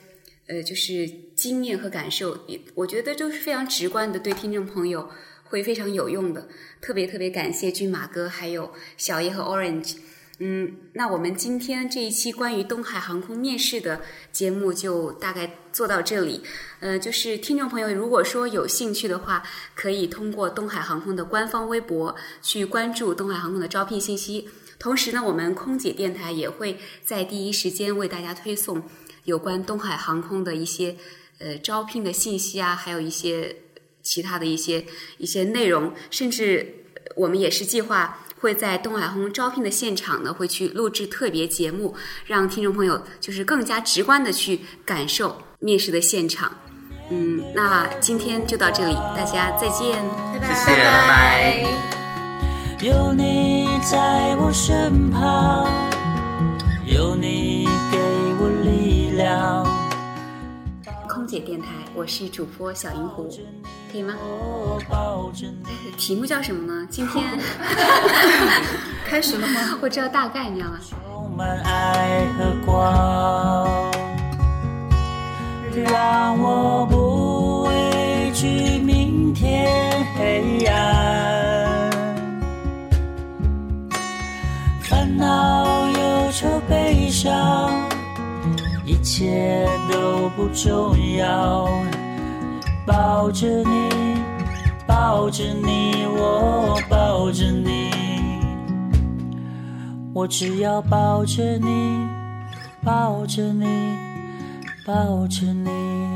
[SPEAKER 1] 呃就是经验和感受，也我觉得都是非常直观的，对听众朋友会非常有用的。特别特别感谢骏马哥、还有小叶和 Orange。嗯，那我们今天这一期关于东海航空面试的节目就大概做到这里。呃，就是听众朋友，如果说有兴趣的话，可以通过东海航空的官方微博去关注东海航空的招聘信息。同时呢，我们空姐电台也会在第一时间为大家推送有关东海航空的一些呃招聘的信息啊，还有一些其他的一些一些内容，甚至呃我们也是计划。会在东海航空招聘的现场呢，会去录制特别节目，让听众朋友就是更加直观的去感受面试的现场。嗯，那今天就到这里，大家再见。
[SPEAKER 4] 拜
[SPEAKER 2] 谢
[SPEAKER 4] 拜，
[SPEAKER 2] 谢，拜拜。
[SPEAKER 11] 有你在我身旁，有你给我力量。
[SPEAKER 1] 空姐电台，我是主播小银狐，可以吗？
[SPEAKER 11] 我抱着你，
[SPEAKER 1] 题目叫什么呢？今天
[SPEAKER 3] 开始了吗？
[SPEAKER 1] 我知道大概，你知道吗？
[SPEAKER 11] 充满爱和光，让我不畏惧明天黑暗。烦恼、忧愁、悲伤，一切都不重要。抱着你，抱着你，我抱着你。我只要抱着你，抱着你，抱着你。